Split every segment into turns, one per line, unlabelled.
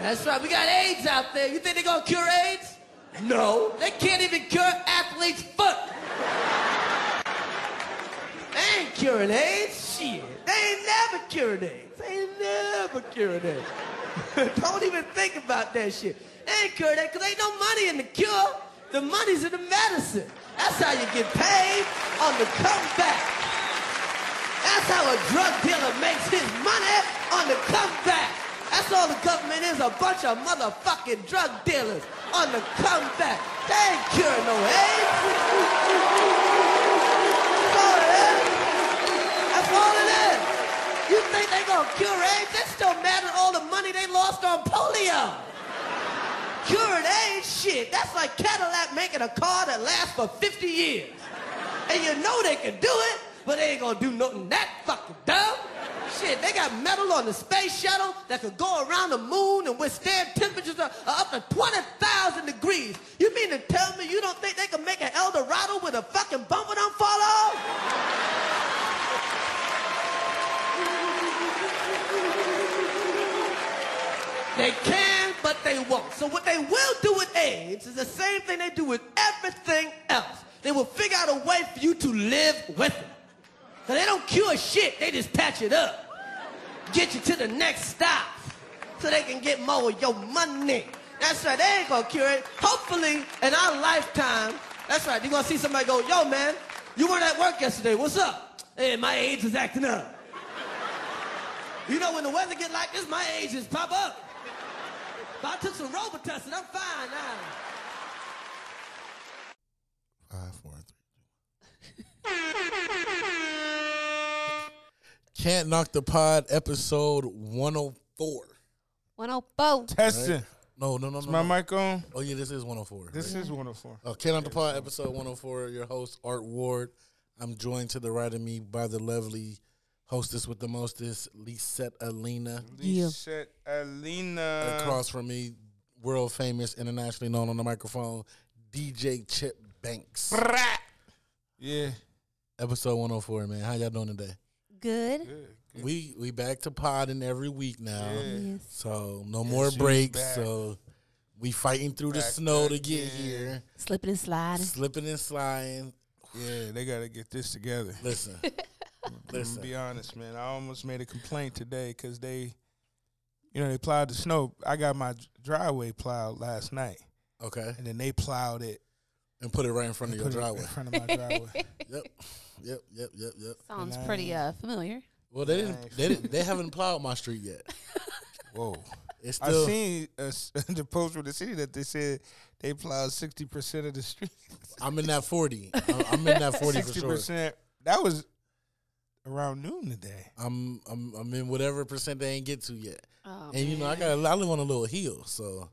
That's right. We got AIDS out there. You think they're gonna cure AIDS? No. They can't even cure athlete's foot. they ain't curing AIDS. Shit. They ain't never curing AIDS. They ain't never curing AIDS. Don't even think about that shit. They ain't curing that because ain't no money in the cure. The money's in the medicine. That's how you get paid on the comeback. That's how a drug dealer makes his money on the comeback. That's all the government is, a bunch of motherfucking drug dealers on the comeback. They ain't curing no AIDS. That's all it is. That's all it is. You think they gonna cure AIDS? They're still mad at all the money they lost on polio. Curing AIDS shit, that's like Cadillac making a car that lasts for 50 years. And you know they can do it, but they ain't gonna do nothing that fucking dumb. Shit, they got metal on the space shuttle that could go around the moon and withstand temperatures of, of up to 20,000 degrees. You mean to tell me you don't think they can make an El Dorado with a fucking bumper don't fall off? They can, but they won't. So what they will do with AIDS is the same thing they do with everything else. They will figure out a way for you to live with it. So they don't cure shit, they just patch it up. Get you to the next stop so they can get more of your money. That's right, they ain't gonna cure it. Hopefully, in our lifetime, that's right, you're gonna see somebody go, yo, man, you weren't at work yesterday, what's up? Hey, my AIDS is acting up. You know, when the weather get like this, my AIDS just pop up. But I took some Robitussin, I'm fine now.
Five, four, and three. Can't knock the pod episode one hundred four.
104.
Testing.
No, no, no,
Is
no.
my
no.
mic on?
Oh yeah, this is one hundred four.
This is 104.
Oh, Can't Knock the pod episode one hundred four. Your host Art Ward. I'm joined to the right of me by the lovely hostess with the mostest, Lisette Alina.
Yeah.
Lisette Alina.
Across from me, world famous, internationally known on the microphone, DJ Chip Banks.
Brat. Yeah.
Episode 104, man. How y'all doing today?
Good.
We we back to podding every week now.
Yes.
So no more
she's
breaks.
back.
So we fighting through the
Back,
snow to
back,
get
yeah.
here.
Slipping and sliding.
Slipping and sliding.
Yeah, they got to get this together.
Listen.
To
listen.
be honest, man, I almost made a complaint today because they, you know, they plowed the snow. I got my dr- driveway plowed last night,
Okay.
and then they plowed it.
And put it right in front of your
put it
driveway.
in front of my driveway.
yep. Yep. Yep. Yep. Yep.
Sounds pretty uh, familiar.
Well they didn't they didn't, they haven't plowed my street yet.
Whoa!
It's
I
still
seen uh, the post from the city that they said they plowed sixty percent of the street.
I'm in that forty. I- I'm in that forty for
Sixty
sure.
percent. That was around noon today.
I'm I'm I'm in whatever percent they ain't get to yet.
Oh,
and you know I got a, I live on a little hill, so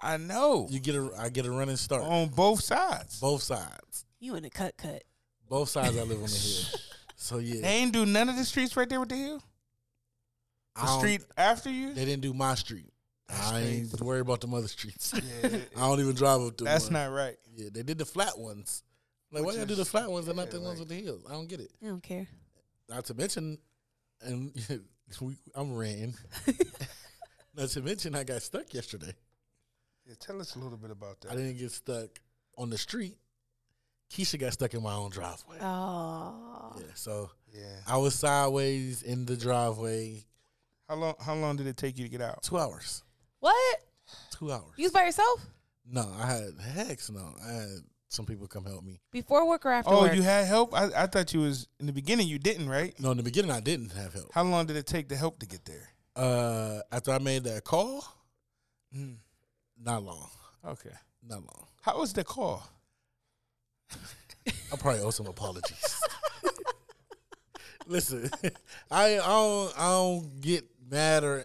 I know
you get a I get a running start.
on both sides.
Both sides,
You in the cut cut.
both sides I live on the hill. So
They
yeah,
ain't do none of the streets right there with the hill.
I
The
don't-
street after you.
They didn't do my street. I ain't worried about the other streets.
Yeah,
I don't even drive up to.
that's
one.
not right.
Yeah, they did the flat ones. Like why
Which
y'all do
is-
the flat ones and not
yeah,
the ones with
like-
the hills? I don't get it.
I don't care.
Not to mention, and we, I'm ran. not to mention, I got stuck yesterday.
Yeah, tell us a little bit about that.
I didn't get stuck on the street. Keisha got stuck in my own driveway.
Oh.
Yeah, so
Yeah.
I was sideways in the driveway.
How long? How long did it take you to get out?
Two hours.
What?
Two hours.
You was by yourself?
no, I had hex. No, I had some people come help me.
Before work or after
Oh,
work?
you had help. I, I thought you was in the beginning. You didn't, right?
No, in the beginning I didn't have help.
How long did it take the help to get there?
Uh, after I made that call, mm, not long,
Okay.
not long.
How was the call?
I probably owe some apologies. Listen, I, I don't I don't get mad or,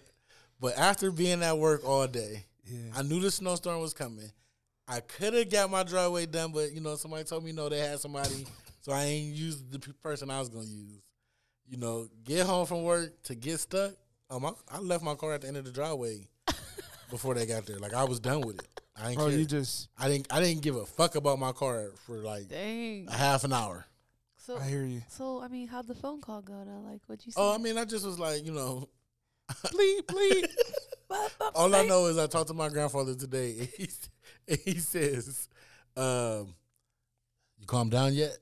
but after being at work all day,
Yeah.
I knew the snowstorm was coming. I could have got my driveway done, but you know somebody told me no, they had somebody, so I ain't used the p- person I was gonna use. You know, get home from work to get stuck. Um, I, I left my car at the end of the driveway before they got there. Like I was done with it. I ain't
Bro,
care.
you just.
I didn't. I didn't give a fuck about my car for like
Dang.
a half an hour.
So,
I hear you.
so, I mean, how'd the phone call go, though? Like, what'd you say?
Oh, I mean, I just was like, you know,
Bleep bleep.
All I know is I talked to my grandfather today, and he, s- and he says, um, "You calm down yet?"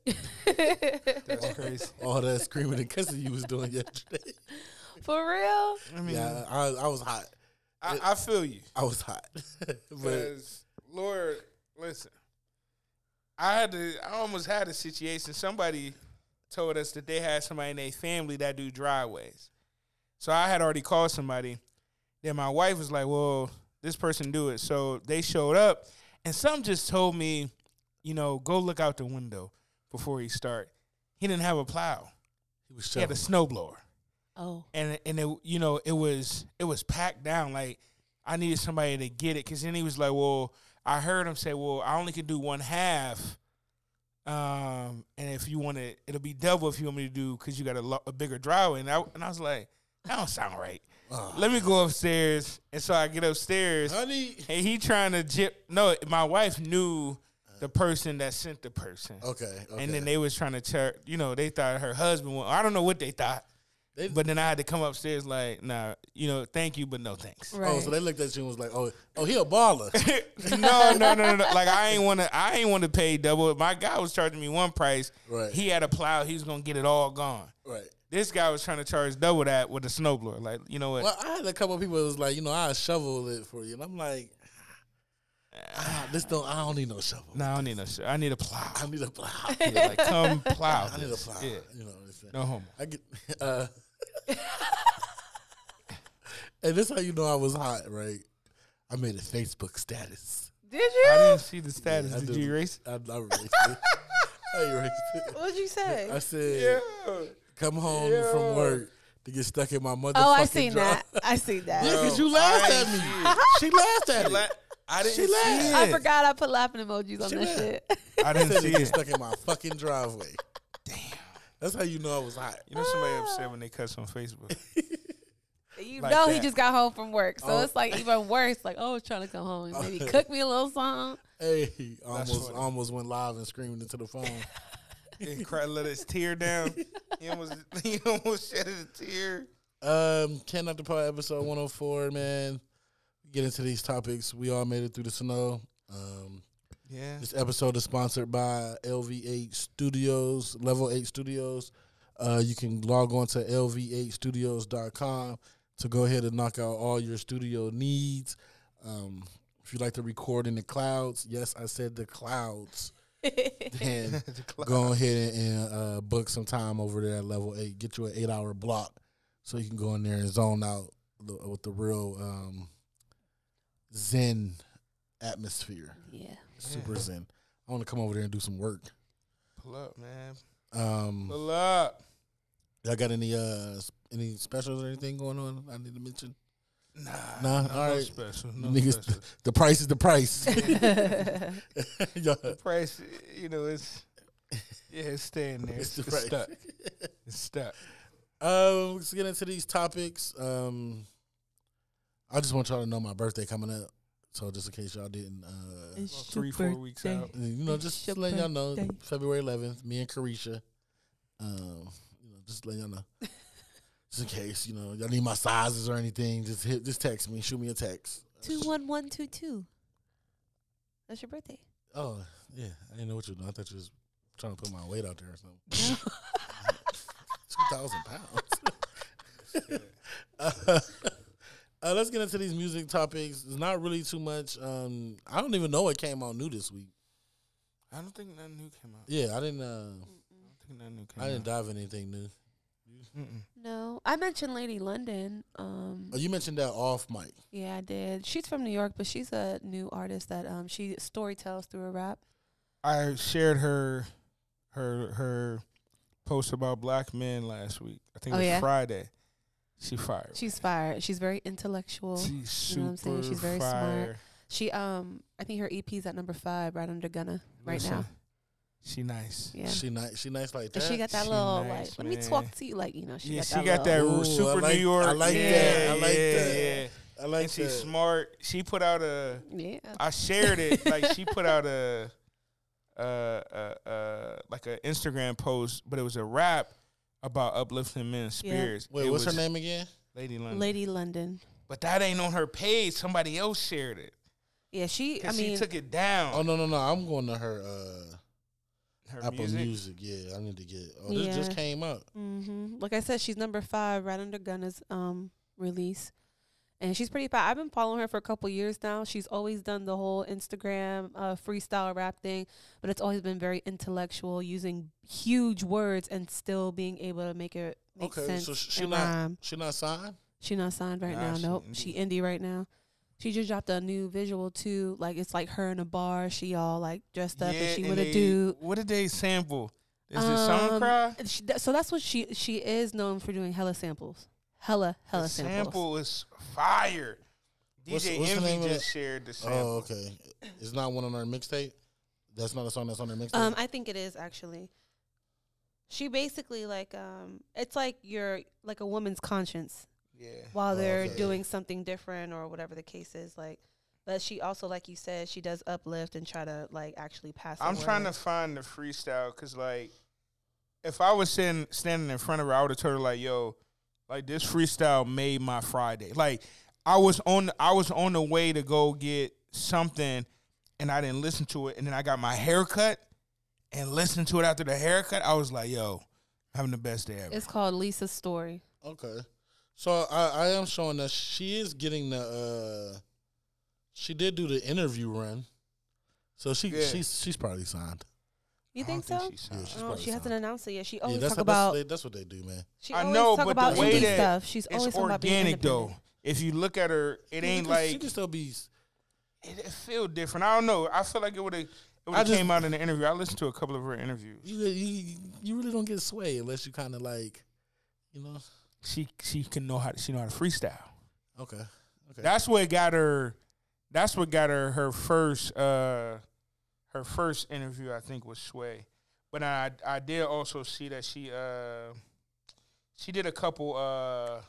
That's crazy.
All that screaming and cussing you was doing yesterday.
For real?
I mean,
Yeah, I, I was hot.
I, I feel you.
I was hot. but
Because Lord, listen, I had to. I almost had a situation. Somebody told us that they had somebody in their family that do driveways. So I had already called somebody. Then my wife was like, "Well, this person do it." So they showed up, and some just told me, you know, go look out the window before he start. He didn't have a plow.
he was
He had a
shoving.
snowblower
Oh.
and and it you know it was it was packed down like I needed somebody to get it because then he was like, well, I heard him say, well, I only can do one half, um, and if you want to, it'll be double if you want me to do because you got a, lo- a bigger driveway, and I and I was like, that don't sound right. Let me go upstairs, and so I get upstairs,
Honey,
and he trying to jip. No, my wife knew the person that sent the person.
okay, okay.
And then they was trying to check, you know, they thought her husband. Was, I don't know what they thought,
They-
but then I had to come upstairs like, nah, you know, thank you, but no thanks.
Right.
oh, so they looked at you and was like, "Oh, oh, he a baller."
no, no, no, no, no. Like I ain't want to, I ain't want to pay double. My guy was charging me one price.
Right.
He had a plow. He was gonna get it all gone.
right.
This guy was trying to charge double that with a snowblower. Like, you know what?
Well, I had a couple of people that was like, you know, I'll shovel it for you. And I'm like, ah, this don't, I don't need no shovel.
No, I don't need no shit. I need a plow.
I need a plow.
like, come plow.
I need a
this.
plow.
Yeah.
You know what I'm saying?
No homo.
I get, uh, and this how you know I was hot, right? I made a Facebook status.
Did
I
you?
didn't see the status.
I
Did you erase
I, I erased it. I erased it.
What'd you say?
I said,
it?
come home from work to get stuck in my motherfucking
Oh, I seen
drawer.
that. I see that.
Look, 'cause you laughed
I
at me.
see
She laughed at me.
I didn't
She laughed.
see it.
I forgot I put laughing emojis on that shit.
I
I
didn't
said
see
it get
it.
stuck in my fucking driveway.
Damn.
That's how you know I was hot.
You know somebody
Ah.
upset when they cuss on Facebook.
You
Like
know he
that.
just got home from work, so
Oh.
it's like even worse. Like, oh, I was trying to come home and maybe cook me a little something.
Hey, almost
funny.
almost went live and screamed into the phone.
and cry, let his tear down. He almost, he almost shed a tear.
um, Ken After Pod episode one hundred four. Man, get into these topics. We all made it through the snow. Um,
Yeah.
This episode is sponsored by LV8 Studios, Level 8 Studios. Uh, you can log on to lv8studios.com to go ahead and knock out all your studio needs. Um, if you like to record in the clouds, yes, I said the clouds. then go ahead and uh, book some time over there at Level 8. Get you an eight hour block so you can go in there and zone out the, with the real um, zen atmosphere
Yeah.
super zen. I want to come over there and do some work.
Pull up, man.
Um,
Pull up.
y'all got any uh s- any specials or anything going on? I need to mention.
Nah.
Nah,
no
all right.
special. No
Niggas,
special.
the price is the price. Y'all-
Price, you know, it's, yeah, it's staying there.
It's
It's,
the
it's
price.
stuck. It's stuck.
um, let's get into these topics. Um, I just want y'all to know my birthday coming up, so just in case y'all didn't, uh,
Well, three, four weeks out.
you know, just
your
letting y'all know
birthday.
February 11th, me and Carisha. Um, you know, just letting y'all know. just in case, you know, y'all need my sizes or anything, just hit, just text me, shoot me a text.
Two one one two two. That's your birthday.
Oh, yeah. I didn't know what you were doing. I thought you was trying to put my weight out there or something. Two thousand pounds. uh, uh, let's get into these music topics. It's not really too much. Um, I don't even know what came out new this week.
I don't think nothing new came out.
Yeah, I didn't. Uh,
I don't think nothing new came
I didn't
out.
dive in anything new.
Mm-mm.
No, I mentioned Lady London. Um,
Oh, you mentioned that off mic.
yeah, I did. She's from New York, but she's a new artist that um she story tells through a rap.
I shared her, her, her post about black men last week. I think
Oh,
it was
yeah?
Friday. She fired.
She's fired. She's very intellectual.
She's
You know what
super
I'm saying? She's very smart.
fire.
She um I think her EP's at number five, right under Gunna right now.
She nice.
Yeah.
She nice. She nice like that.
And she got that
she
little
nice,
like, let me
man.
talk to you, like you know, she
yeah,
got
she
that.
got that
little-
little-
ru-
Ooh, I
super
like-
New York.
I like
yeah,
that. I like
yeah,
that.
Yeah.
I like
and she's
that.
smart. She put out a.
Yeah,
I shared it. like she put out a, uh, uh, uh, like an Instagram post, but it was a rap about uplifting men's
Yeah.
spirits.
Wait,
It
what's her
was
name again?
Lady London.
Lady London.
But that ain't on her page. Somebody else shared it.
Yeah, she. I
Cause
mean,
she took it
Oh
down.
no no no! I'm going to her uh,
Her
Apple
music.
music? Yeah, I need to get. Oh, this just
Yeah.
came out.
mhm. like I said, she's number five, right under Gunna's um release, and she's pretty. Fat. I've been following her for a couple years now. She's always done the whole Instagram uh, freestyle rap thing, but it's always been very intellectual, using huge words and still being able to make it make
Okay,
sense.
so sh- she
and um,
not-
rhyme.
She not signed.
She not signed right
Nah,
now.
she
nope.
indie.
She indie right now. She just dropped a new visual too. Like it's like her in a bar. She all like dressed up and she
and
with
they-
a dude.
What did they sample? Is it Song
Um,
Cry?
She, that, so that's what she she is known for doing. Hella samples. Hella hella
The
samples.
sample is fire. DJ
What's- what's the name
Envy
of
just
that?
shared the sample.
Oh, okay. It's not one on her mixtape. That's not a song that's on her mixtape.
Um, I think it is actually. She basically like um, it's like your like a woman's conscience
Yeah.
while
Oh,
they're
okay.
doing something different or whatever the case is. Like, but she also like you said she does uplift and try to like actually pass. the
I'm trying to
word.
find the freestyle because, like, if I was sitting, standing in front of her, I would have told her, like, yo, like, this freestyle made my Friday. Like, I was on, I was on the way to go get something and I didn't listen to it. And then I got my haircut and listened to it after the haircut. I was like, yo, I'm having the best day ever.
It's called Lisa's story.
okay. So I, I am showing that she is getting the. uh She did do the interview run, so she
Yeah.
she's she's probably signed.
You
I
think
don't
so?
she
Yeah,
signed.
she's
Oh,
probably
she hasn't
signed.
announced it yet. She always
that's
Oh, talk
how-
about
that's, they- that's what they do, man.
she
I
always
know,
talk
but
about
the way
indie
that
stuff. She's always
it's
talking about being
organic, though.
independent.
If you look at her, it
Yeah, you
ain't
can- she
like
can still be.
it, it feel different. I don't know. I feel like it would have. It would
I
have
just-
came out in the interview. I listened to a couple of her interviews.
You, you you really don't get sway unless you kind of like, you know.
She she can know how she know how to freestyle.
Okay. Okay.
That's what got her. That's what got her her first uh her first interview. I think was Sway, but I I did also see that she uh she did a couple uh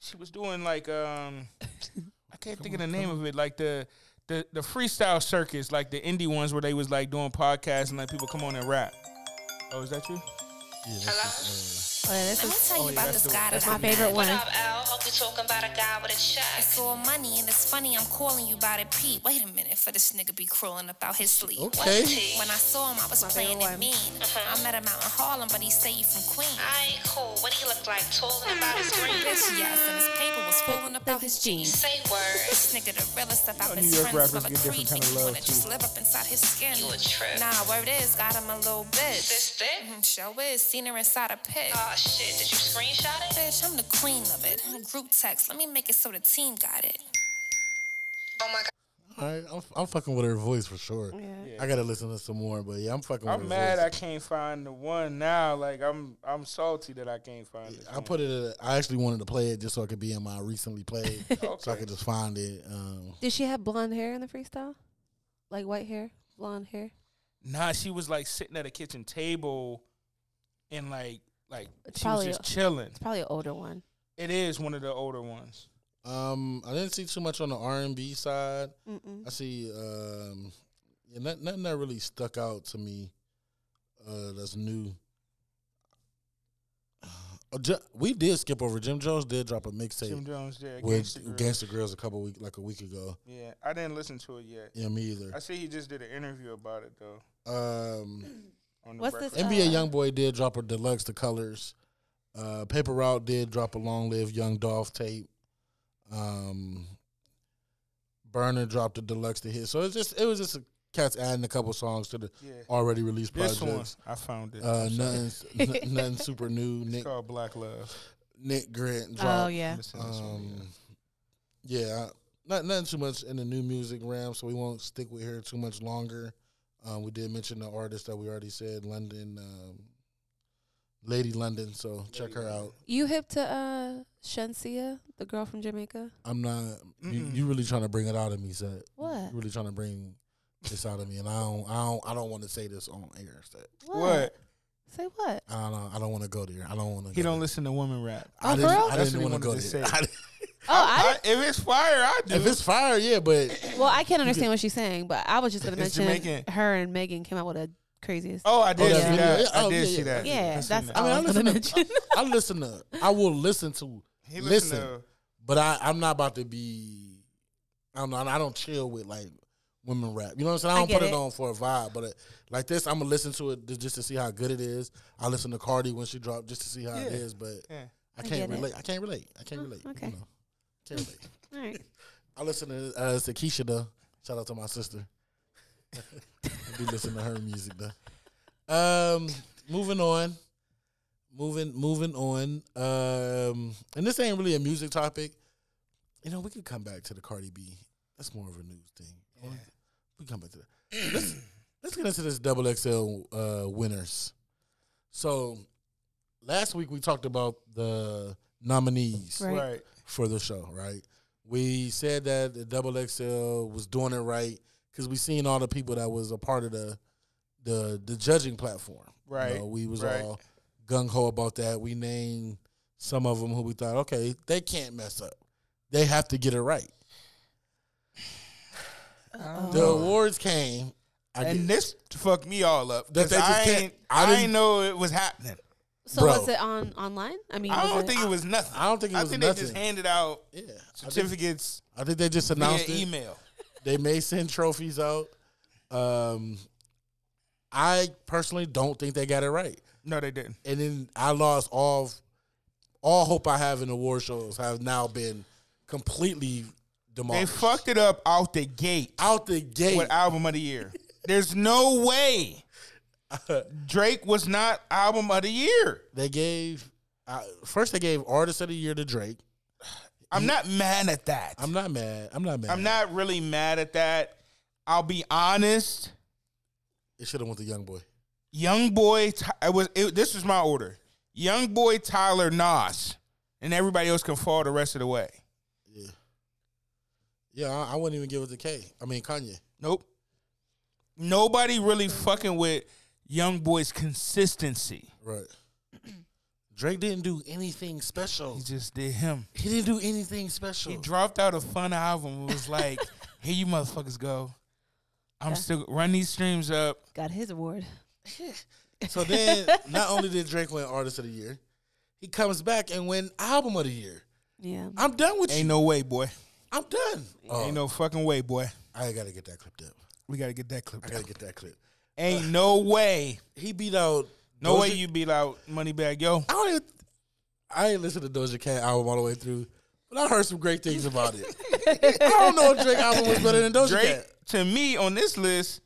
she was doing like um I can't think of the name of it like the. The, the freestyle circus, like the indie ones where they was like doing podcasts and like people come on and rap. Oh, is that you?
yeah, that's just,
Oh, yeah, this
Let me
is
tell you about
that's
this
the-
guy that
my
I met.
favorite one.
What up, Al? Hope you're talking about a guy with a check.
It's all money and it's funny. I'm calling you by the P. Wait a minute for this nigga be crawling up out his sleeve.
okay.
Tea.
When I saw him, I was playing
favorite
it mean.
one.
I met him out in Harlem, but he say he from Queens.
Aight, Uh-huh. cool. What do you look like? Tall and about his
Bitch,
green?
yes, and his paper was falling up out his jeans.
Say word.
This nigga the realest stuff out
Oh,
his
New York
friends
rappers
smell a
get different
creep and
kind of
you
love,
wanna just
too.
live up inside his skin.
You a trip.
Nah, word is, got him a little bitch.
This thick?
Mhm, Show is, seen her inside a pit.
Aw, shit. Did you screenshot it?
Bitch, I'm the queen of it. Group text, let me make it so the team got it.
Oh my god.
uh, all right, I'm, I'm fucking with her voice for sure.
Yeah.
I gotta listen to some more, but yeah, I'm fucking.
I'm
with
mad
her
I
voice.
can't find the one now. Like I'm I'm salty that I can't find it.
I put it. at- I actually wanted to play it just so I could be in my recently played, so I
Okay.
could just find it. Um,
Did she have blonde hair in the freestyle? Like white hair, blonde hair?
Nah, she was like sitting at a kitchen table, and like like
It's
she
probably
was
a-
just chilling.
It's probably an older one.
It is one of the older ones.
um, I didn't see too much on the R and B side.
Mm-mm.
I see. Um, yeah, not, nothing that really stuck out to me. Uh, that's new. Uh, Ju- we did skip over. Jim Jones did drop a
Jim
mixtape
Jones did.
with
Gangsta Grill.
Gangsta Girls a couple week, like a week ago.
yeah, I didn't listen to it yet.
Yeah, me either.
I see he just did an interview about it though.
Um,
On the
What's
Breakfast
this?
Club.
NBA YoungBoy did drop a deluxe, The Colors. Uh, Paper Route did drop a Long Live Young Dolph tape. Um, Burner dropped a deluxe to his. So it's just it was just a, cats adding a couple songs to the
Yeah.
already released
This one
projects.
I found it.
Uh,
I'm sorry.
nothing, n- nothing super new.
It's
Nick
called Black Love.
Nick Grant
Oh
dropped.
yeah.
Missing this one, yeah.
Um, yeah, I- not nothing too much in the new music realm, so we won't stick with her too much longer. Um, we did mention the artist that we already said, London, um, Lady London. So check her out.
You hip to uh Shensia, the girl from Jamaica?
I'm not. You,
Mm-mm.
you really trying to bring it out of me, Seth.
What?
You really trying to bring this out of me, and I don't. I don't. I don't want to say this on air, Seth.
What? Say what?
I don't. know. I don't want to go there. I don't want to.
He don't listen to women rap.
I
Oh,
didn't,
for real?
I
That's
didn't
what
want
he
to go
wanted to
there.
say.
I didn't-
Oh, I,
I- if it's fire, I do.
if it's fire, yeah, but
well, I can't understand what she's saying, but I was just gonna
It's
mention
Jamaican.
her and Megan came out with a craziest.
oh, I did
Oh,
see
yeah.
that.
Oh,
I did
yeah,
see
yeah.
that.
yeah,
I seen
that's.
that.
I
all
mean, I
was gonna
listen to.
mention.
I listen to. I will listen to.
He
listen,
listened to
But I, I'm not about to be. I don't know. I don't chill with like women rap. You know what I'm saying? I
I
don't
get
put it.
it.
on for a vibe, but uh like this, I'm gonna listen to it to- just to see how good it is. I listen to Cardi when she dropped just to see how it
Yeah.
is, but
Yeah.
I
get
can't
it. Oh,
relate. I can't relate. I can't relate.
okay.
You know, can't relate.
All right.
I listen to uh, Sakisha though. Shout out to my sister. I do listen to her music though. Um, moving on, moving moving on. Um, and this ain't really a music topic. You know, we could come back to the Cardi B. That's more of a news thing. We can come back to that. Let's let's get into this double XL uh, winners. So last week we talked about the nominees
Right.
Right.
for the show, right? We said that the Double XL was doing it right because we seen all the people that was a part of the the the judging platform. You
Right,
know, we was
right.
all gung ho about that. We named some of them who we thought, okay, they can't mess up. They have to get it right. The awards came. I
And
get-
this fucked me all up
That
because
they just
I
can't-
ain't,
I
I,
didn't-
ain't know it was happening.
So
Bro.
was it on online? I mean,
I
was
don't think it was nothing.
I don't think it
I
was
think they
nothing.
just handed out
yeah, I think,
certificates
I think they just
via
announced it.
email.
They may send trophies out. Um, I personally don't think they got it right.
No, they didn't.
and then I lost all all hope I have in award shows have now been completely
They
demolished.
fucked it up out the gate
Oh, out the gate.
with album of the year. There's no way Drake was not album of the year.
they gave I, first they gave artist of the year to Drake.
I'm not mad at that.
I'm not mad. I'm not mad.
I'm not really mad at that. I'll be honest.
It should have went to Young Boy.
Young boy, Ty- it was it, this was my order. Young boy, Tyler Nas, and everybody else can fall the rest of the way.
Yeah. Yeah, I, I wouldn't even give it to K. I mean Kanye.
Nope. Nobody really fucking with young boy's consistency.
Right. Drake didn't do anything special.
He just did him.
He didn't do anything special.
He dropped out a fun album. It was like, here you motherfuckers go. I'm still run these streams up.
got his award.
So then, not only did Drake win Artist of the Year, he comes back and win Album of the Year.
Yeah.
I'm done with you.
Ain't no way, boy.
I'm done. Oh,
Ain't no fucking way, boy.
I gotta get that clipped up.
We gotta get that clip.
I gotta get that clip.
Ain't no way.
He beat out.
No
Doja-
way you beat out Moneybag Yo.
I don't even. I ain't listened to Doja Cat album all the way through, but I heard some great things about it. I don't know if Drake album was better than Doja
Drake
Cat.
to me on this list,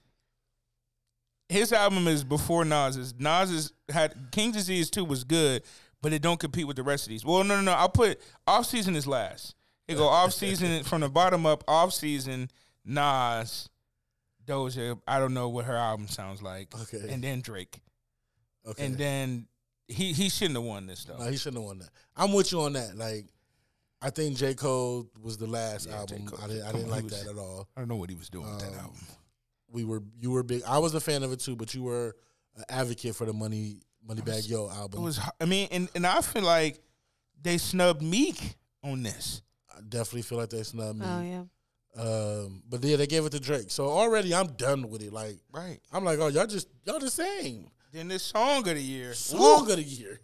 his album is before Nas's. Nas's had King Disease Two was good, but it don't compete with the rest of these. Well, no, no, no. I'll put off season is last. It go off season from the bottom up. Off season Nas, Doja. I don't know what her album sounds like.
Okay.
and then Drake,
Okay,
and then he he shouldn't have won this though.
no, he shouldn't have won that. I'm with you on that. Like, I think J Cole was the last
Yeah, J.
album.
Cole.
I didn't. I
Come
didn't
on,
like
he was-
that at all.
I don't know what he was doing with that
Um,
album.
We were. You were big. I was a fan of it too, but you were an advocate for the Money Money Bag Yo
It
album.
was. I mean, and and I feel like they snubbed Meek on this.
I definitely feel like they snubbed me.
Oh yeah.
Um, but yeah, they gave it to Drake. So already I'm done with it. Like
Right.
I'm like, oh, y'all just y'all the same.
Then this song of the year.
Song of the year.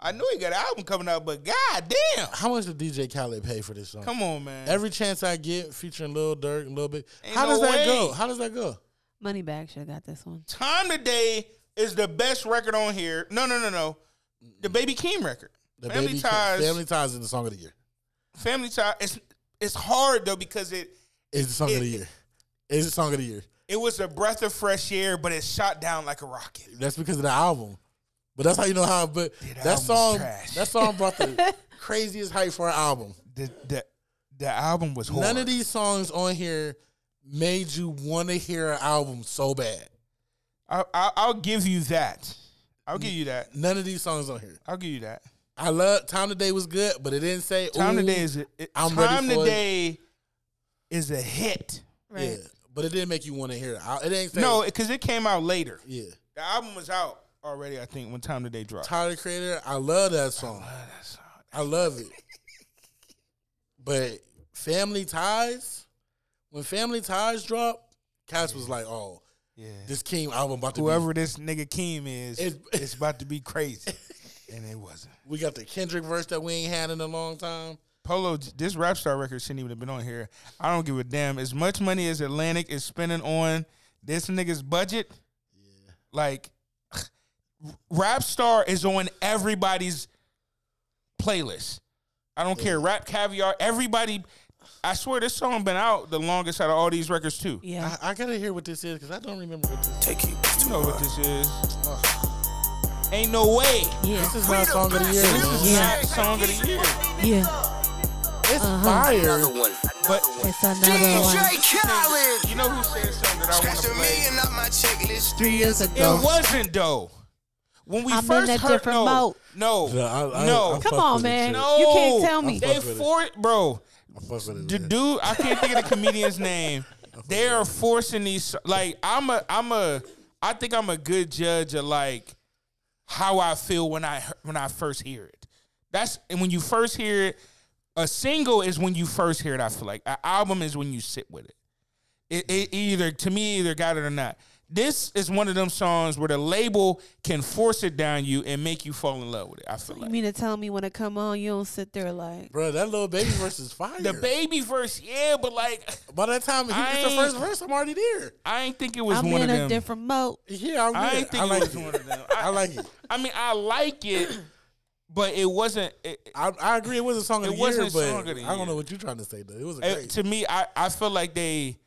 I knew he got an album coming out, but god damn.
How much did DJ Khaled pay for this song?
Come on, man.
Every chance I get featuring Lil Durk and Lil Bit.
Ain't
How
no
does that
way.
go? How does that go?
Moneybag should have got this one.
Time Today is the best record on here. No, no, no, no. The Baby Keem record.
The
family
baby
Ties.
Family ties is the song of the year.
Family Ties. It's it's hard though because it
It's the song of the
It-
year. It's the song of the year.
it was a breath of fresh air, but it shot down like a rocket.
That's because of the album. But that's how you know how. But
the
that
album was
song,
trash.
that song brought the craziest hype for an album.
The the the album was horrible.
None of these songs on here made you want to hear an album so bad.
I, I, I'll give you that. I'll give you that.
None of these songs on here.
I'll give you that.
I love Time Today was good, but it didn't say
Time
ooh,
Today is a, it,
I'm ready
Time
for it.
Today is a hit.
Yeah, but it didn't make you want to hear it. I- It ain't say
No, because it came out later.
Yeah,
The album was out already, I think, when Time Today dropped.
Tyler the Creator. I love that song. I love it. But Family Ties, when Family Ties dropped, Cass was like, "Oh,
yeah.
this King album about to
Whoever this nigga Keem is,
It's-
it's, about to be crazy. and it wasn't.
be." We got the Kendrick verse that we ain't had in a long time.
Polo, this rap star record shouldn't even have been on here. I don't give a damn. As much money as Atlantic is spending on this nigga's budget, like rap star is on everybody's playlist. I don't care. Rap caviar, everybody. I swear this song been out the longest out of all these records too.
Yeah.
I, I gotta hear what this is because I don't remember what this is.
You know what this is? Ain't no way.
Yeah.
This is my song of the year.
This is not song of the year.
Yeah.
It's
Uh-huh.
fire.
But
It's another one.
you know who said something that I want to play?
off my checklist.
Three years ago.
It wasn't though. When we
I'm in
first
a
heard,
different
no,
mode.
no,
Yeah, I- I-
no,
I fuck
Come on,
with it,
man.
shit.
no.
You can't tell me.
They
fuck with it.
for bro.
I fuck with it,
The
man.
dude, I can't think of the comedian's name. They are forcing these. Like I'm a, I'm a, I think I'm a good judge of like how I feel when I when I first hear it. That's and when you first hear it, a single is when you first hear it. I feel like an album is when you sit with it. It, it either to me either got it or not. This is one of them songs where the label can force it down you and make you fall in love with it. I feel
You
like
mean to tell me when it come on, you don't sit there like,
Bro, that little baby verse is fire.
the baby verse, yeah, but like
By that time he
I
gets the
ain't-
first verse, I'm already there.
I ain't think it was
I'm
one
in
of
a
them.
different mode.
Yeah, I'm
I
there.
ain't think
I
it
like
was
it.
one of them. I,
I like it.
I mean, I like it, but it wasn't. It, it-
I, I agree it was a song of
It
the
wasn't
year,
a
but
song of the
I don't know
year.
what you're trying to say though. It was a
it-
great.
to me, I I feel like they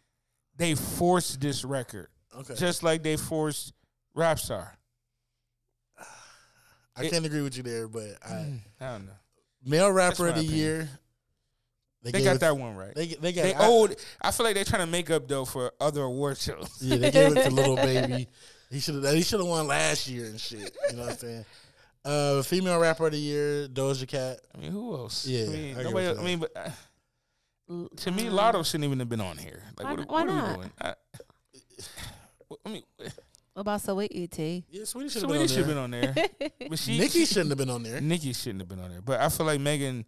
they forced this record,
Okay.
just like they forced Rapstar.
I can't agree with you there, but I,
I don't know.
male rapper
Mm. my
of the
opinion.
year.
They
gave
got
it-
that one right.
They
They,
they got I-
old. I feel like they're trying to make up though for other award shows.
Yeah, they gave it to little baby. He should have. He should have won last year and shit. You know what I'm saying? Uh, female rapper of the year, Doja Cat.
I mean, who else?
Yeah,
I mean,
I get
nobody.
what
else-
you're
I mean, but uh, to me, Lotto shouldn't even have been on here. Like,
Why-
what,
why
what are
not?
we doing? I, I mean,
What about so E with ET?
Yeah, Sweetie should have been, on
Sweetie should have
there.
been on there, but she
Nicki
she-
shouldn't have been on there.
Nikki shouldn't have been on there. But I feel like Megan,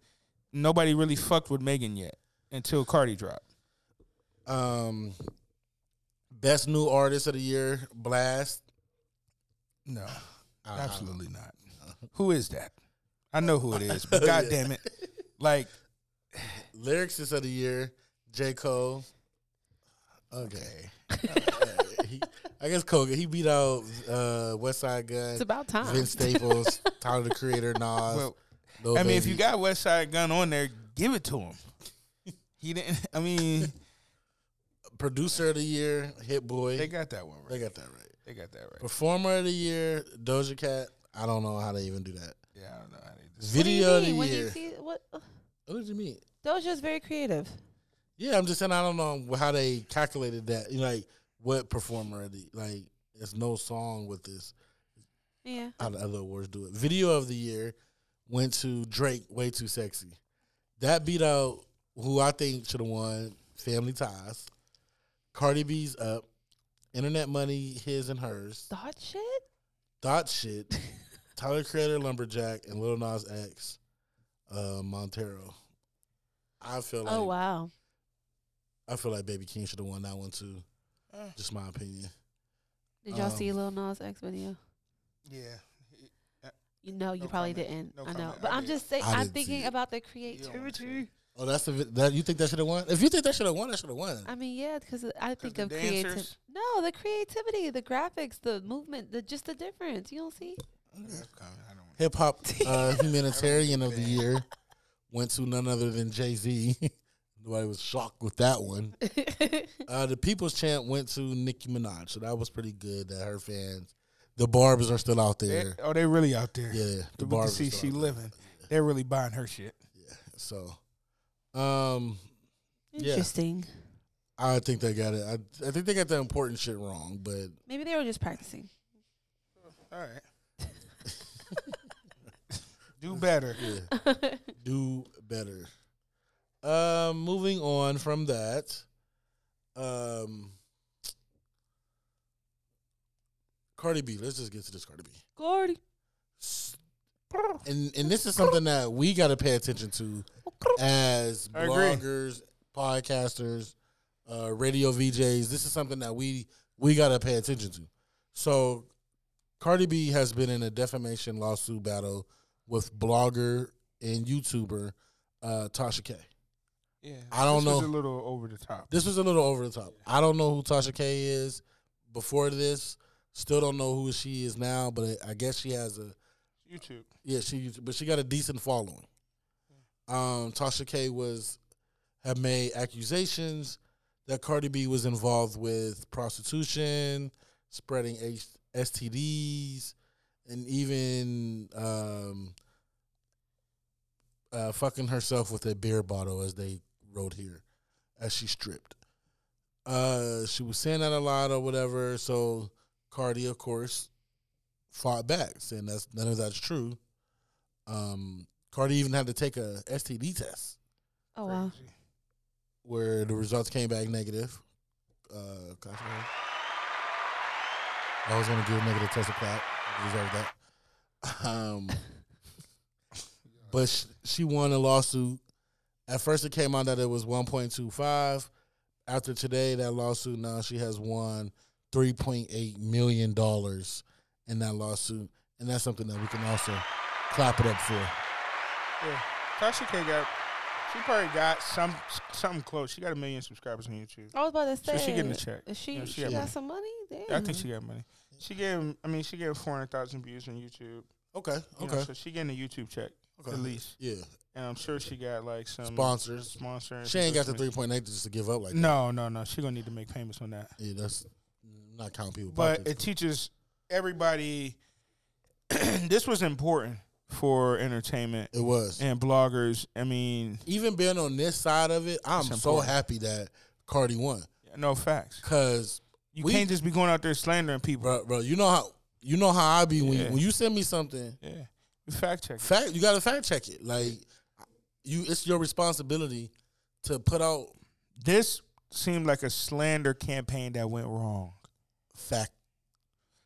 nobody really fucked with Megan yet until Cardi dropped.
Um, best new artist of the year, Blast.
No, absolutely not. Who is that? I know who it is, but god damn it. Like,
Lyricist of the year, J Cole. Okay. He- I guess Cole. He beat out uh, West Side Gun,
It's about time.
Vince Staples, Tyler the Creator, Nas.
well,
Lil
I mean, if you
Oh, Baby.
got West Side Gun on there, give it to him. He didn't. I mean,
producer of the year, Hit Boy.
they got that one right.
They got that right.
They got that right.
Performer of the year, Doja Cat. I don't know how they even do that.
Yeah, I don't know. How they just,
Video
what do you mean?
of
When
the
you
year.
see what
What did you mean?
Doja's very creative.
Yeah, I'm just saying I don't know how they calculated that. You know, like what performer of the like. There's no song with this.
Yeah.
How the other awards do it. Video of the year went to Drake. Way too sexy. That beat out who I think should have won. Family Ties. Cardi B's up. Internet money, his and hers.
Thought shit?
Dot shit, Tyler Creator, Lumberjack, and Lil Nas X, uh, Montero. I feel like
oh wow.
I feel like Baby King should have won that one too. Just my opinion.
Did y'all see
um,
Lil Nas X video?
yeah.
You know, you
no
probably
comment.
didn't.
No
I know.
comment.
But
I
I'm
didn't.
just saying
I
I'm
didn't see
thinking
it.
about the creativity.
Oh, that's the vi- that you think that should have won? If you think that should have won, that should have won.
I mean, yeah, because I think
the
of creative.
dancers?
No, the creativity, the graphics, the movement, the just the difference. You don't see?
Hip hop uh, humanitarian of the year went to none other than Jay Z. Nobody was shocked with that one. uh, the People's Champ went to Nicki Minaj, so that was pretty good. That her fans, the Barbers are still out there.
oh, they really out there.
Yeah, the
we
bar
can
was
see
still
she
open.
living. They're really buying her shit.
So, um, Yeah.
Interesting.
I think they got it. I, I think they got the important shit wrong, but
Maybe they were just practicing.
All right. Do better.
do better. Um, moving on from that, um, Cardi B. Let's just get to this Cardi B.
Gordy.
And and this is something that we got to pay attention to as
I agree.
bloggers, podcasters, uh, radio VJs. This is something that we we got to pay attention to. So, Cardi B has been in a defamation lawsuit battle with blogger and YouTuber uh, Tasha K.
Yeah,
I don't
this
know.
Was a little over the top.
This was a little over the top. I don't know who Tasha K is before this. Still don't know who she is now, but I guess she has a
YouTube.
yeah. She but she got a decent following. Um, Tasha K was have made accusations that Cardi B was involved with prostitution, spreading H- STDs, and even um, uh, fucking herself with a beer bottle, as they wrote here, as she stripped. Uh, she was saying that a lot or whatever. So Cardi, of course, fought back, saying that's none of that's true. Um, Cardi even had to take a STD test
Oh wow.
where the results came back negative. Uh, gosh, I- I was gonna give a negative test a clap. You Deserve that. Um, but she, she won a lawsuit. At first, it came out that it was one point two five. After today, that lawsuit now she has won three point eight million dollars in that lawsuit, and that's something that we can also clap it up for.
Yeah, Tasha K got. She probably got some something close. She got a million subscribers on YouTube.
I was about to
So
say.
she getting a check.
Is she
Yeah, she
she
got
got
money.
some money.
I
Damn.
think she got money. She gave. I mean, she gave four hundred thousand views on YouTube.
Okay,
You
okay,
know, so she getting a YouTube check
okay.
at least,
yeah.
and I'm sure she got like some
Sponsors.
Sponsor. and
She ain't got the three
investment.
point eight just to give up like that.
No, no, no. She gonna need to make payments on that.
Yeah, that's not counting people.
But it
pockets.
teaches everybody. this was important for entertainment
it was
and bloggers. I mean,
even being on this side of it. I'm
It's
so
important.
happy that Cardi won
no facts.
because
You
We-
can't just be going out there slandering people.
bro, bro, you know how you know how I be when you,
Yeah.
when you send me something.
Yeah, you fact check. it.
Fact, you gotta fact check it. Like you, it's your responsibility to put out
This seemed like a slander campaign that went wrong.
fact,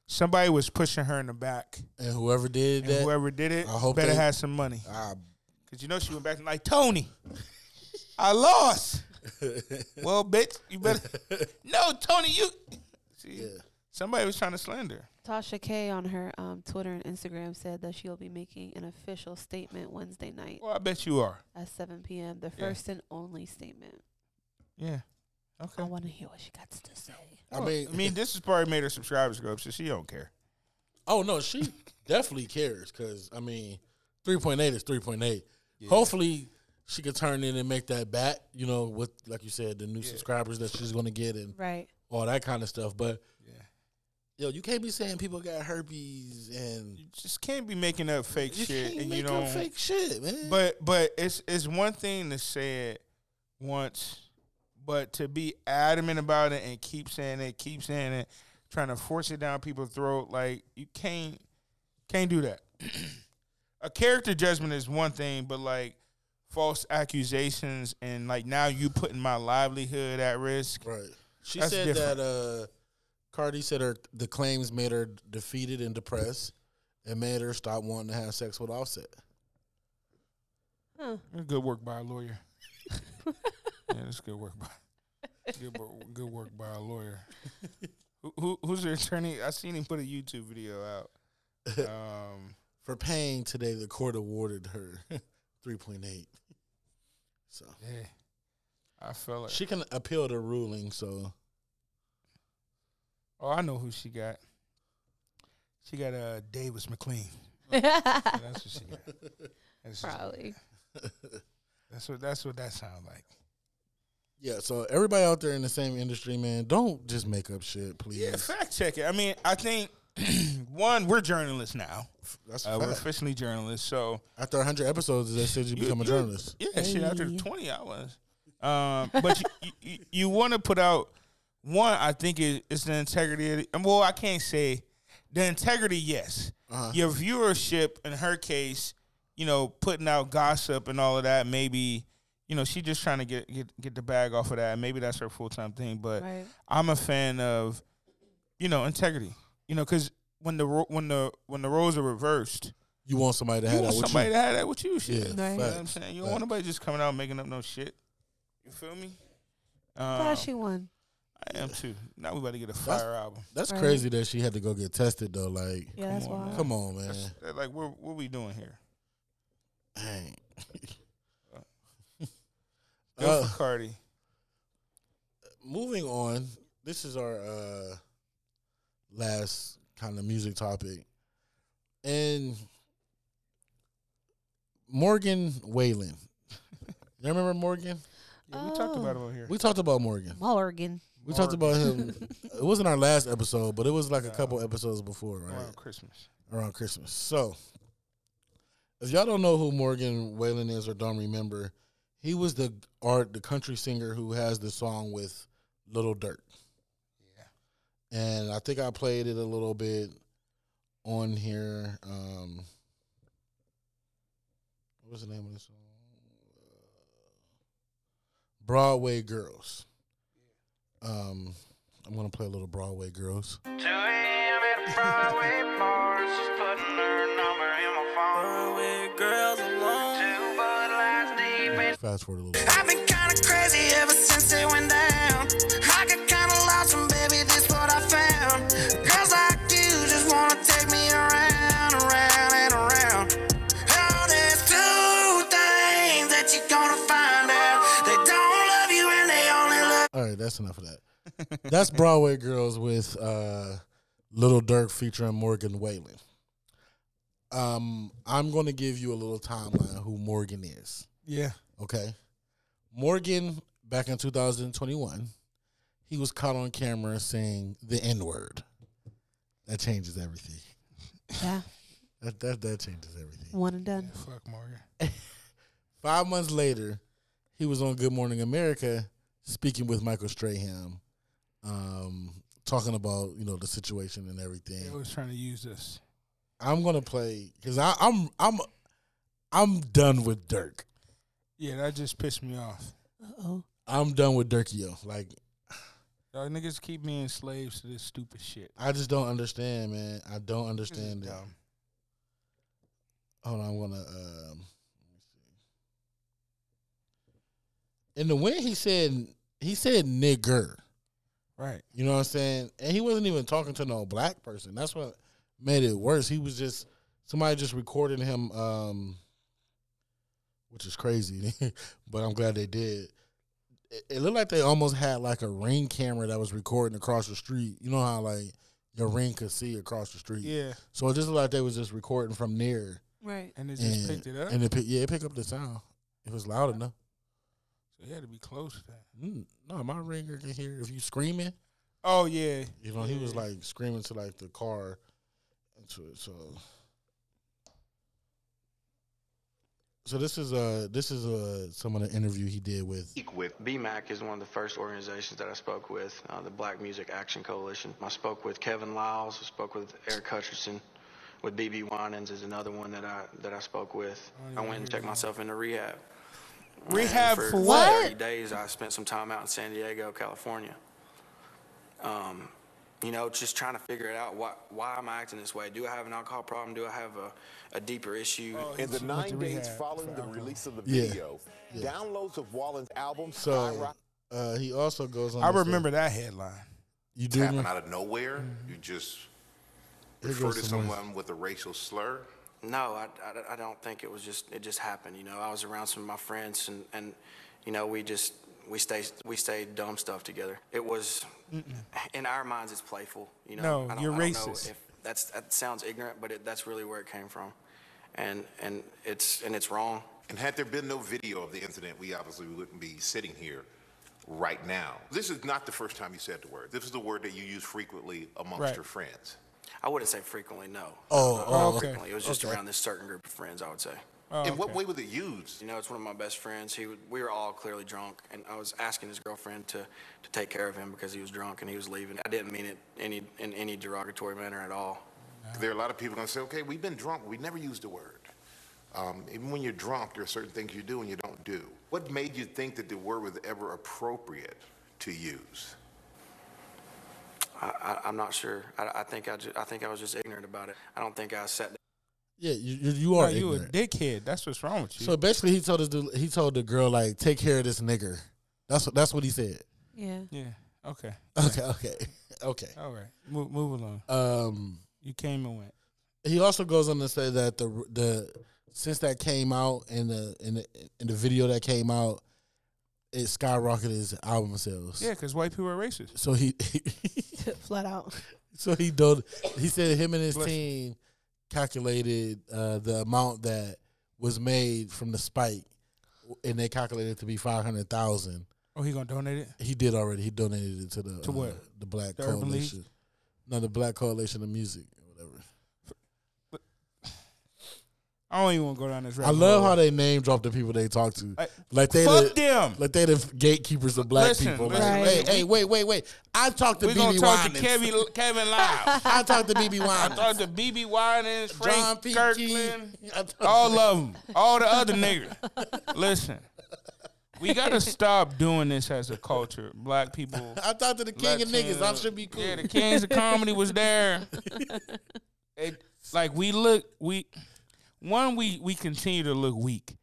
Somebody was pushing her in the back,
and whoever did
and
that,
whoever did it
I hope
better
they-
have some money.
I,
Cause you know she went back and like Tony, I lost. well, bitch, you better no Tony. You See, somebody was trying to slander. her.
Tasha K on her um, Twitter and Instagram said that she'll be making an official statement Wednesday night
Well, I bet you are.
at 7 p.m. The
Yeah.
first and only statement.
Yeah.
I
Okay.
want to hear what she got to say.
I mean,
Oh, I mean, this has probably made her subscribers go up, so she don't care.
Oh no, she definitely cares because I mean, three point eight is three point eight. Hopefully, she could turn in and make that back. You know, with like you said, the new subscribers that she's gonna get and
Right.
all that kind of stuff. But yo, you can't be saying people got herpes and
You just can't be making up fake
you
shit,
can't
and
make
you
up
don't.
fake shit, man.
But but it's it's one thing to say it once, but to be adamant about it and keep saying it, keep saying it, trying to force it down people's throat, like you can't can't do that. A character judgment is one thing, but like false accusations and like now you putting my livelihood at risk.
right, she
That's
said
different.
that uh, Cardi said her the claims made her defeated and depressed, and made her stop wanting to have sex with Offset.
Huh.
Good work by a lawyer. yeah, that's good work by good, wor- good work by a lawyer. Who, who who's their attorney? I seen him put a YouTube video out. Um,
For pain today, the court awarded her three point eight. So
yeah, I feel like
she can appeal the ruling. So
oh, I know who she got. She got uh, Davis McLean. Yeah, that's what she got. That's, what she-
Probably.
that's what that's what that sounds like.
yeah, so everybody out there in the same industry, man, don't just make up shit, please.
Yeah, fact check it. I mean, I think one, we're journalists now.
That's a
Uh, we're
fact.
officially journalists, so
After 100 episodes, they said you become a journalist.
Yeah, shit. After
Hey.
twenty, I was. Um, but you, you, you want to put out one. I think it, it's the integrity. Of the, and, well, I can't say the integrity. Yes,
Uh-huh.
your viewership. In her case, you know, putting out gossip and all of that. Maybe you know she just trying to get get get the bag off of that. Maybe that's her full time thing. But
Right.
I'm a fan of you know integrity. You know, because when the ro- when the when the roles are reversed,
You want somebody to
you
have that
want
with
somebody
you.
to have that with you.
Right.
yeah,
Shit. You know what I'm
facts.
saying? You don't want nobody just coming out making up no shit. You feel me? Um,
Glad she won.
I am too. Now we about to get a fire album.
That's
Right.
crazy that she had to go get tested though. Like,
Yeah, that's
on,
why.
come on, man.
That's- that- like, what what we doing here?
Dang. Uh,
Cardi.
Moving on. This is our uh, last kind of music topic, and Morgan Whalen. You remember Morgan?
Yeah, we
Oh.
talked about him on here.
We talked about Morgan.
Morgan.
We talked about him. It wasn't our last episode, but it was like a couple episodes before, right?
Around Christmas.
around Christmas. So, if y'all don't know who Morgan Whalen is or don't remember, he was the art the country singer who has the song with Little Dirt. Yeah. And I think I played it a little bit on here. Um, what was the name of the song? Uh, Broadway Girls. Um, I'm gonna play a little Broadway Girls.
2 a.m. at Broadway bar. She's putting her number in my phone. Broadway girls alone. Two Bud Lights deep. and-
Fast forward a little. bit.
I've been kinda crazy ever since it went down. I got kinda lost, and baby, this what I found. Girls like you just wanna take me around, around, and around. Oh, there's two things that you're gonna find out. They don't love you, and they only love.
All right, that's enough of that. That's Broadway Girls with uh, Little Dirk featuring Morgan Whalen. Um, I'm going to give you a little timeline who Morgan is.
Yeah.
Okay. Morgan, back in 2021, he was caught on camera saying the N word. That changes everything.
Yeah,
That, that, that changes everything.
one and done.
Fuck Morgan.
Five months later, he was on Good Morning America speaking with Michael Strahan, um, talking about you know the situation and
They
everything.
was trying to use us.
I'm gonna play because I'm I'm I'm done with Dirk.
Yeah, that just pissed me off.
Uh oh.
I'm done with Dirkio. Like
Y'all niggas keep being slaves to this stupid shit.
I just don't understand, man. I don't
This is
understand it.
dumb.
Hold on, I'm gonna. Um, in the way he said he said nigger.
Right.
You know what I'm saying? And he wasn't even talking to no black person. That's what made it worse. He was just somebody just recorded him, um, which is crazy, but I'm glad they did. It, it looked like they almost had like a ring camera that was recording across the street. You know how like your ring could see across the street.
Mm-hmm. Yeah.
So it just looked like they was just recording from near.
Right.
And it just
And,
picked it up.
and it pick, yeah, it picked up the sound. It was loud enough.
so you had to be close to that.
Mm, no, my ringer can hear if you screaming.
Oh yeah.
You know, he was
Yeah.
like screaming to like the car, and so so. So this is uh this is uh some of the interview he did with
speak with. BMAC is one of the first organizations that I spoke with, uh, the Black Music Action Coalition. I spoke with Kevin Lyles, I spoke with Eric Hutcherson, with BB Winans is another one that I that I spoke with. I went and checked myself into rehab.
Oh, Rehab
And
for what?
30 days, I spent some time out in San Diego, California. Um, you know, just trying to figure it out. Why, why am I acting this way? Do I have an alcohol problem? Do I have a, a deeper issue?
Oh,
In the
went to
nine days
rehab
following the
alcohol.
release of the
Yeah.
video,
Yeah.
downloads of Wallen's album
so
skyrocketed.
uh he also goes on
I
to say-
remember that headline.
you do
happen
remember-
out of nowhere. You just
Here
refer
goes
to
some more.
someone with a racial slur.
No, I, I, I don't think it was just it just happened. You know, I was around some of my friends and and you know we just we stay we stayed dumb stuff together. It was in our minds it's playful. You know,
No,
I don't,
you're
I don't
racist.
Know if that's that sounds ignorant, but it, that's really where it came from, and and it's and it's wrong.
And had there been no video of the incident, we obviously wouldn't be sitting here right now. This is not the first time you said the word. This is the word that you use frequently amongst
Right.
your friends.
I wouldn't say frequently, no.
Oh,
Oh, okay.
Frequently, it was just around this certain group of friends. I would say.
Oh,
In what
okay.
way was it used?
You know, it's one of my best friends. He would, we were all clearly drunk, and I was asking his girlfriend to, to take care of him because he was drunk and he was leaving. I didn't mean it any in any derogatory manner at all.
There are a lot of people going to say, okay, we've been drunk. We never used the word. Um, even when you're drunk, there are certain things you do and you don't do. What made you think that the word was ever appropriate to use?
I, I, I'm not sure. I, I think I, ju- I think I was just ignorant about it. I don't think I sat
yeah you you, you
No,
are
you a
ignorant.
dickhead. That's what's wrong with you.
so basically he told his dude- he told the girl like take care of this nigger that's what that's what he said
Yeah.
yeah. Okay.
okay okay okay
All right. Move, move along.
um
You came and went.
he also goes on to say that the the since that came out and the in the in the video that came out, it skyrocketed his album sales.
Yeah, because white people are racist.
So he,
Flat out.
so he do he said him and his team calculated uh, the amount that was made from the spike, and they calculated it to be five hundred thousand.
Oh, he gonna donate it?
He did already. He donated it to the uh,
To what?
the Black
The Urban League?
Coalition. No, the Black Coalition of Music or whatever.
I don't even want to go down this road.
I love how they name drop the people they talk to.
Like,
Like they
fuck
the,
them.
Like they the gatekeepers of black
Listen,
people. Like,
listen,
hey,
listen.
hey, wait, wait, wait. I talked to
We're gonna
BB
talk to
Winans.
Kevin, Kevin Live.
I talked to BB
I
Winans.
talked to BB Winans,
John
Frank
P.
Kirkland, Oh.
Key. I talked-
all of them, all the other niggas. Listen, we gotta stop doing this as a culture. Black people,
I talked to the king of niggas. I
Latino.
should be cool.
Yeah, the Kings of Comedy was there. It- like we look, we one we we continue to look weak.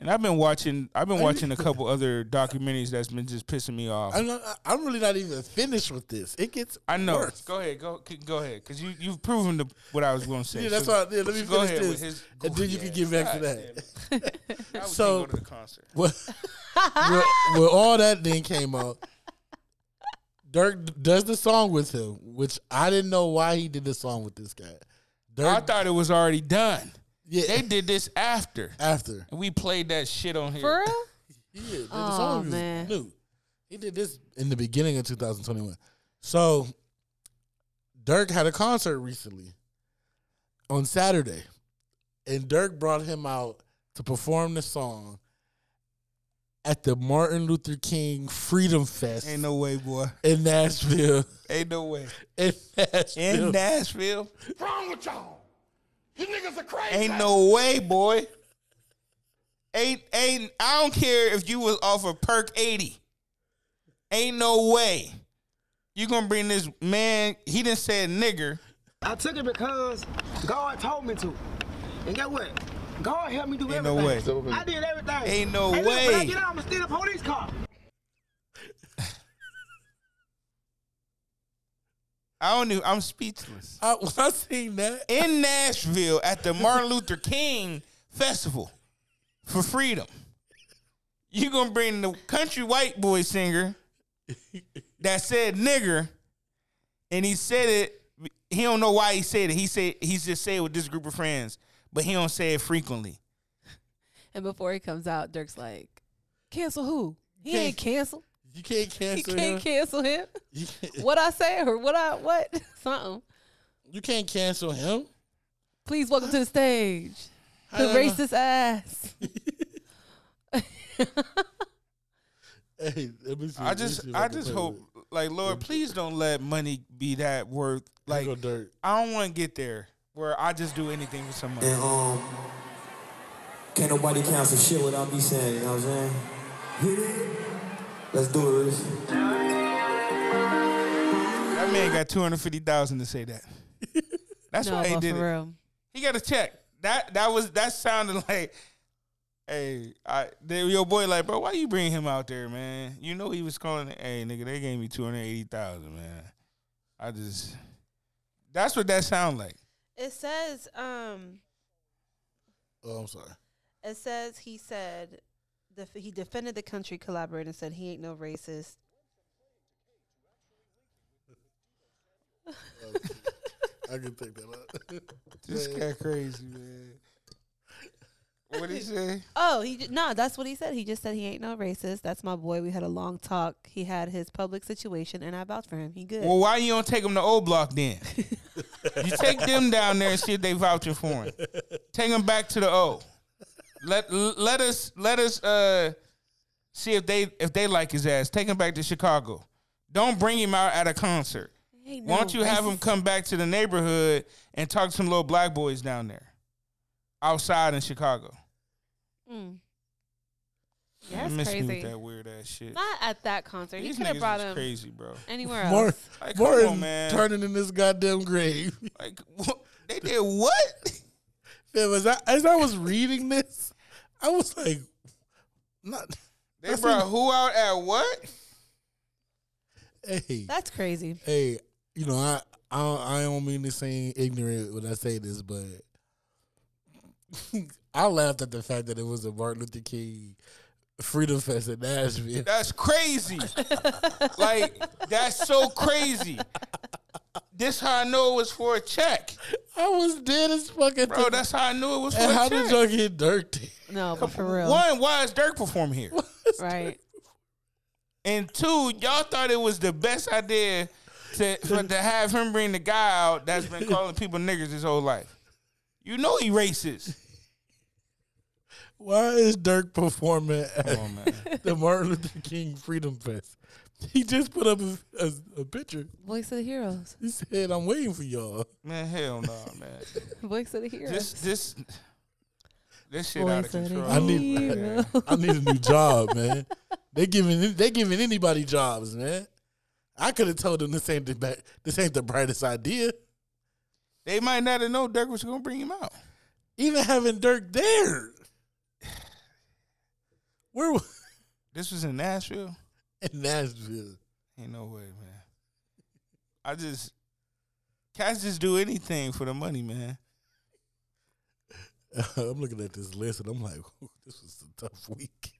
And I've been watching. I've been watching a couple other documentaries that's been just pissing me off.
I'm, not, I'm really not even finished with this. It gets
I know.
worse.
Go ahead. Go c- go ahead. Because you you've proven the, what I was going to say.
Yeah, that's
So
why. Yeah, let me
go
finish
ahead with
this,
his
and then you
goofy
can get back to
ass. God
that.
I
So-
was so, go to the concert.
Well, well, well, all that then came out. Dirk d- does the song with him, which I didn't know why he did the song with this guy. Dirk,
I thought it was already done.
yeah,
They did this after,
after.
and we played that shit on here.
For real?
Yeah, the
Aw,
song was
man.
new. He did this in the beginning of 2021. So Dirk had a concert recently on Saturday, and Dirk brought him out to perform the song at the Martin Luther King Freedom Fest
Ain't no way, boy.
in Nashville.
Ain't no way.
In
In
Nashville.
Nashville,
wrong with y'all? You niggas are crazy.
ain't no way, boy. Ain't ain't. I don't care if you was off of perk eighty. Ain't no way. You gonna bring this man? He didn't say nigger.
I took it because God told me to. And guess what? God helped me do
Ain't no
everything.
way.
I did everything.
Ain't no
Hey, look, when I
way.
get out, I'm gonna steal a police car.
I don't even. I'm speechless.
I, when I seen that,
In Nashville at the Martin Luther King Festival for Freedom, you gonna bring the country white boy singer that said nigger, and he said it. He don't know why he said it. He said he just said it with this group of friends, but he don't say it frequently.
And before he comes out, Dirk's like, cancel who? He ain't cancel.
you can't
He
cancel
can't
him.
cancel him.
you, can't,
What I say or what I what? Something.
you can't cancel him.
Please welcome to the stage. The
don't know.
racist ass.
Hey, let me see-
I
let me
just,
see if
I
can
just
play
hope,
with it.
like Lord, please don't let money be that worth.
Here
Like
go Dirk.
I don't want to get there where I just do anything for someone.
And um, can't nobody cancel shit without me saying, you know what I'm saying? Let's do this.
That man got two hundred fifty thousand to say that. That's
no,
why he
but
did it.
for real.
He got a check. That that was that sounded like, hey, I they, your boy like, bro, why you bring him out there, man? You know he was calling. Hey, nigga, they gave me two hundred eighty thousand, man. I just that's what that sound like.
It says, um,
Oh, I'm sorry.
it says he said def- he defended the country collaborator and said he ain't no racist.
I can take that up.
This guy crazy, man. What he say?
Oh, he ju- no, that's what he said. He just said he ain't no racist. That's my boy. We had a long talk. He had his public situation, and I vouched for him. He good.
Well, why you don't take them to O Block then? you take them down there and see if they vouching for him. Take them back to the O. Let let us let us uh see if they if they like his ass. Take him back to Chicago. Don't bring him out at a concert.
Ain't
Why
no
don't you have him
racist.
come back to the neighborhood and talk to some little black boys down there, outside in Chicago?
Mm.
You
That's
miss me
crazy.
with that weird ass shit.
Not at that concert.
These
he could have
niggas
brought
is
him
crazy, bro.
anywhere else.
More,
Like, come
more
on, man.
turning in this goddamn grave.
Like they did what?
It was I, as I was reading this, I was like, not.
They
I seen-
brought who out at what?
hey,
That's crazy.
hey, you know, I, I, don't, I don't mean to seem ignorant when I say this, but I laughed at the fact that it was a Martin Luther King Freedom Fest in Nashville.
That's crazy. like that's so crazy. This how I know it was for a check.
I was dead as fucking.
Bro, that's how I knew it was for
And
a
how
check.
did y'all get dirty?
No, but for real.
One, why is Dirk performing here?
Right.
And two, y'all thought it was the best idea to for, to have him bring the guy out that's been calling people niggers his whole life. You know he racist.
Why is Dirk performing at
on, man.
the Martin Luther King Freedom Fest? He just put up a, a- a picture.
Voice of the Heroes.
He said, "I'm waiting for y'all."
Man, hell no, man.
Voice of the Heroes.
This this this shit out of
Voice of the
control.
I need,
man.
I need a new job, man. They giving, they giving anybody jobs, man. I could have told them this ain't the ba- this ain't the brightest idea.
They might not have known Dirk was gonna bring him out.
Even having Dirk there, where wa-
This was in Nashville.
in Nashville?
Ain't no way, man. I just cats just do anything for the money, man.
I'm looking at this list and I'm like, "Ooh, this was a tough week.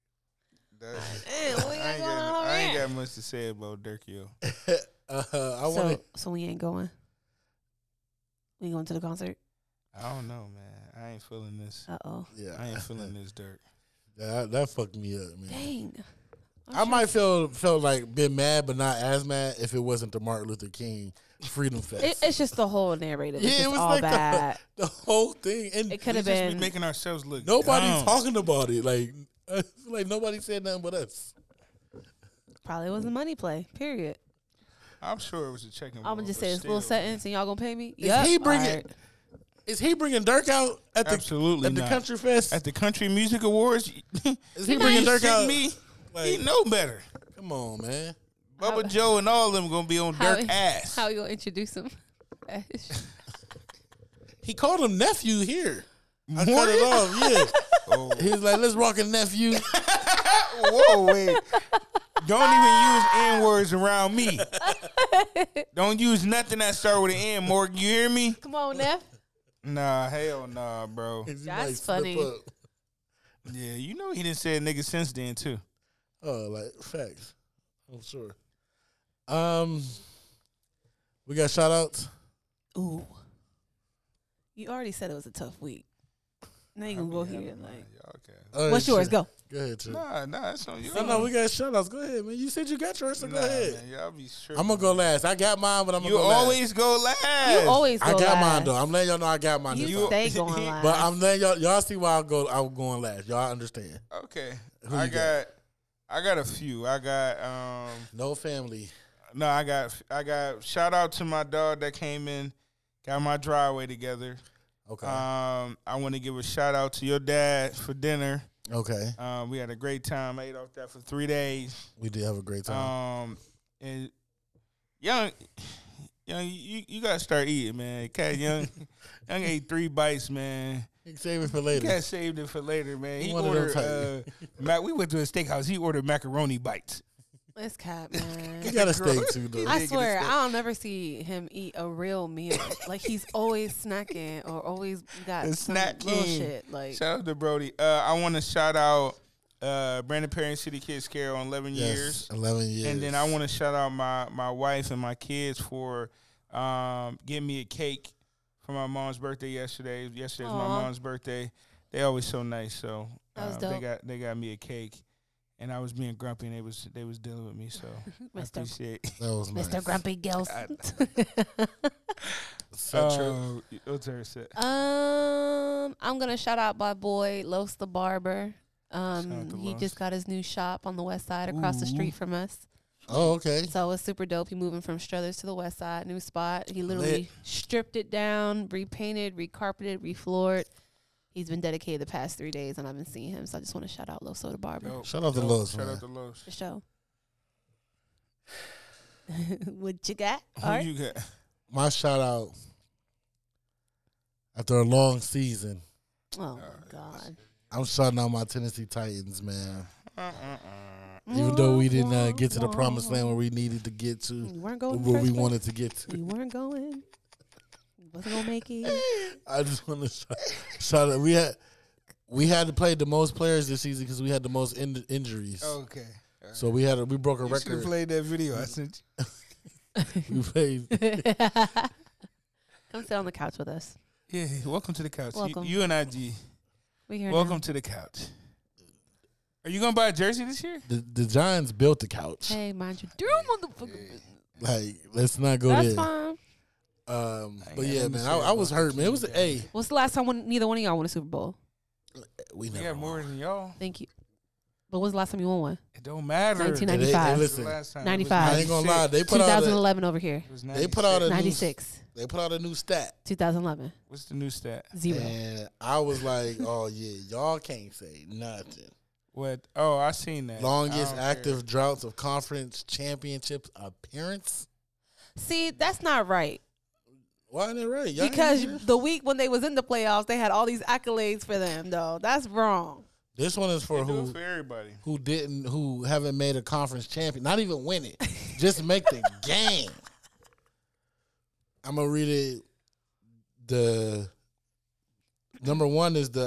I, ain't got, I ain't got much to say about Dirkio.
Uh, I want
so, so we ain't going. We going to the concert.
I don't know, man. I ain't feeling this.
Uh oh.
yeah,
I ain't feeling this Dirk.
that, that fucked me up, man.
Dang.
I might feel felt like been mad, but not as mad if it wasn't the Martin Luther King Freedom Fest.
It, it's just the whole narrative. Yeah, it was all bad.
the, the whole thing, and
it could
We
have
just be
been.
making ourselves look.
nobody
dumb.
talking about it. Like, I feel like nobody said nothing but us.
Probably was a money play. Period.
I'm sure it was a chicken.
I'm gonna just say this little sentence, and y'all gonna pay me.
Is he bringing?
alright.
Is he bringing Dirk out at the
Absolutely
at the
not.
country fest?
at the Country Music Awards.
Is he bringing Dirk out?
Me, he
Like,
know better.
come on, man.
Bubba Joe and all of them gonna be on
How-
Dirk ass.
How you gonna introduce him?
He called him nephew here. I cut
Morgan?
it off. Yeah,
Oh,
he was like, "Let's rock a nephew."
Whoa, wait. Don't even use N words around me. Don't use nothing that start with an N, Morgan. You hear me?
Come on, Neff.
Nah, hell nah, bro.
He might
That's
slip
funny.
up.
Yeah, you know he didn't say nigga since then too.
Oh, like facts. I'm sure. Um, we got shout outs.
Ooh. You already said it was a tough week. Now you gonna go here like.
Okay.
What's yours? Go.
Go ahead, Trey.
Nah, nah, it's on you.
No, no, we got shout outs. Go ahead, man. You said you got yours, so
nah,
go ahead.
Man, y'all be sure.
I'm gonna go last. I got mine, but I'm gonna
You
go
always go last.
You always. Go
last. I got
last.
mine though. I'm letting y'all know I got mine.
You,
this
You-
time.
stay going last.
but I'm letting y'all y'all see why I go. I'm going last. Y'all understand?
Okay.
Who
I
you
got,
got?
I got a few. I got um
No family.
no, I got I got shout out to my dog that came in, got my driveway together.
Okay.
Um I wanna give a shout out to your dad for dinner.
okay.
Um we had a great time. I ate off that for three days.
We did have a great time.
Um and young Young, you, you gotta start eating, man. Cat young, young ate three bites, man.
Save it for later.
Cat saved it for later, man. He
One of them
ordered uh, mac. We went to a steakhouse. He ordered macaroni bites.
It's cap, man.
You got a steak too, though.
I swear, I don't never see him eat a real meal. like he's always snacking or always got
The
some
snack
little
king.
shit. Like
Shout out to Brody. Uh, I want to shout out uh, Brandon Perry and City Kids Care on 11
Yes,
years.
Eleven years.
And then I want to shout out my, my wife and my kids for um, getting me a cake for my mom's birthday yesterday. Yesterday was
Aw.
my mom's birthday. They always so nice. So um,
That was
they
dope.
got they got me a cake, and I was being grumpy, and they was they was dealing with me. So I
Mr.
appreciate.
that was nice.
Mr. Grumpy Gills.
Such a-
Oh, what's her set?
um, I'm gonna shout out my boy Los the barber.
out to
Um, he
Los.
just got his new shop on the west side across the street from us.
oh, okay.
So it's super dope. He moving from Struthers to the west side, new spot. He literally stripped it down, repainted, recarpeted, refloored. He's been dedicated the past three days, and I've been seeing him. So I just want to shout out Loso the barber.
Dope,
Shout out to
dope.
Los,
Shout
man.
out to Los.
The show. what you got?
Who
All right.
you got?
My shout out after a long season.
oh my god.
I'm shouting out my Tennessee Titans, man. Even though we didn't uh, get to the promised land where we needed to get
You
to,
weren't
or
going.
where
first
we
place.
wanted to get to,
You weren't going. You wasn't gonna make it.
I just want to shout, shout out. We had we had to play the most players this season because we had the most in- injuries.
Oh, Okay. all
So we had a, we broke a
You should
record.
have played that video I sent you.
we played.
Come sit on the couch with us.
Yeah, welcome to the couch. You-
Welcome.
You, and IG.
We here now.
Welcome to the couch. Are you gonna buy a jersey this year?
The, the Giants built the couch.
Hey, mind your damn motherfucking business.
Like, let's not go
That's
there.
fine.
Um,
I
but
ain't
yeah, man, I,
got nothing to say
I was
about
hurt, man. It was a A.
What's the last time when neither one of y'all won a Super Bowl?
We
We
never.
got more than y'all.
Thank you. But when's the last time you won one?
It don't matter.
1990.
They- they,
95.
listen,
Last time it was
Ninety-five.
I ain't gonna lie. They put out a,
2011 over here.
It was
they put out a new,
96.
they put out a new stat,
2011.
What's the new stat?
Zero.
and I was like, oh yeah, y'all can't say nothing.
What? Oh, I seen that.
Longest
I don't
active droughts of conference championships appearance.
See, that's not right.
Why ain't that right? Y'all ain't
Because
here.
the week when they was in the playoffs, they had all these accolades for them, though. That's wrong.
this one is for
care. Do
who
it for everybody.
who didn't who haven't made a conference champion, not even win it, just make the game. I'm gonna read it. The number one is the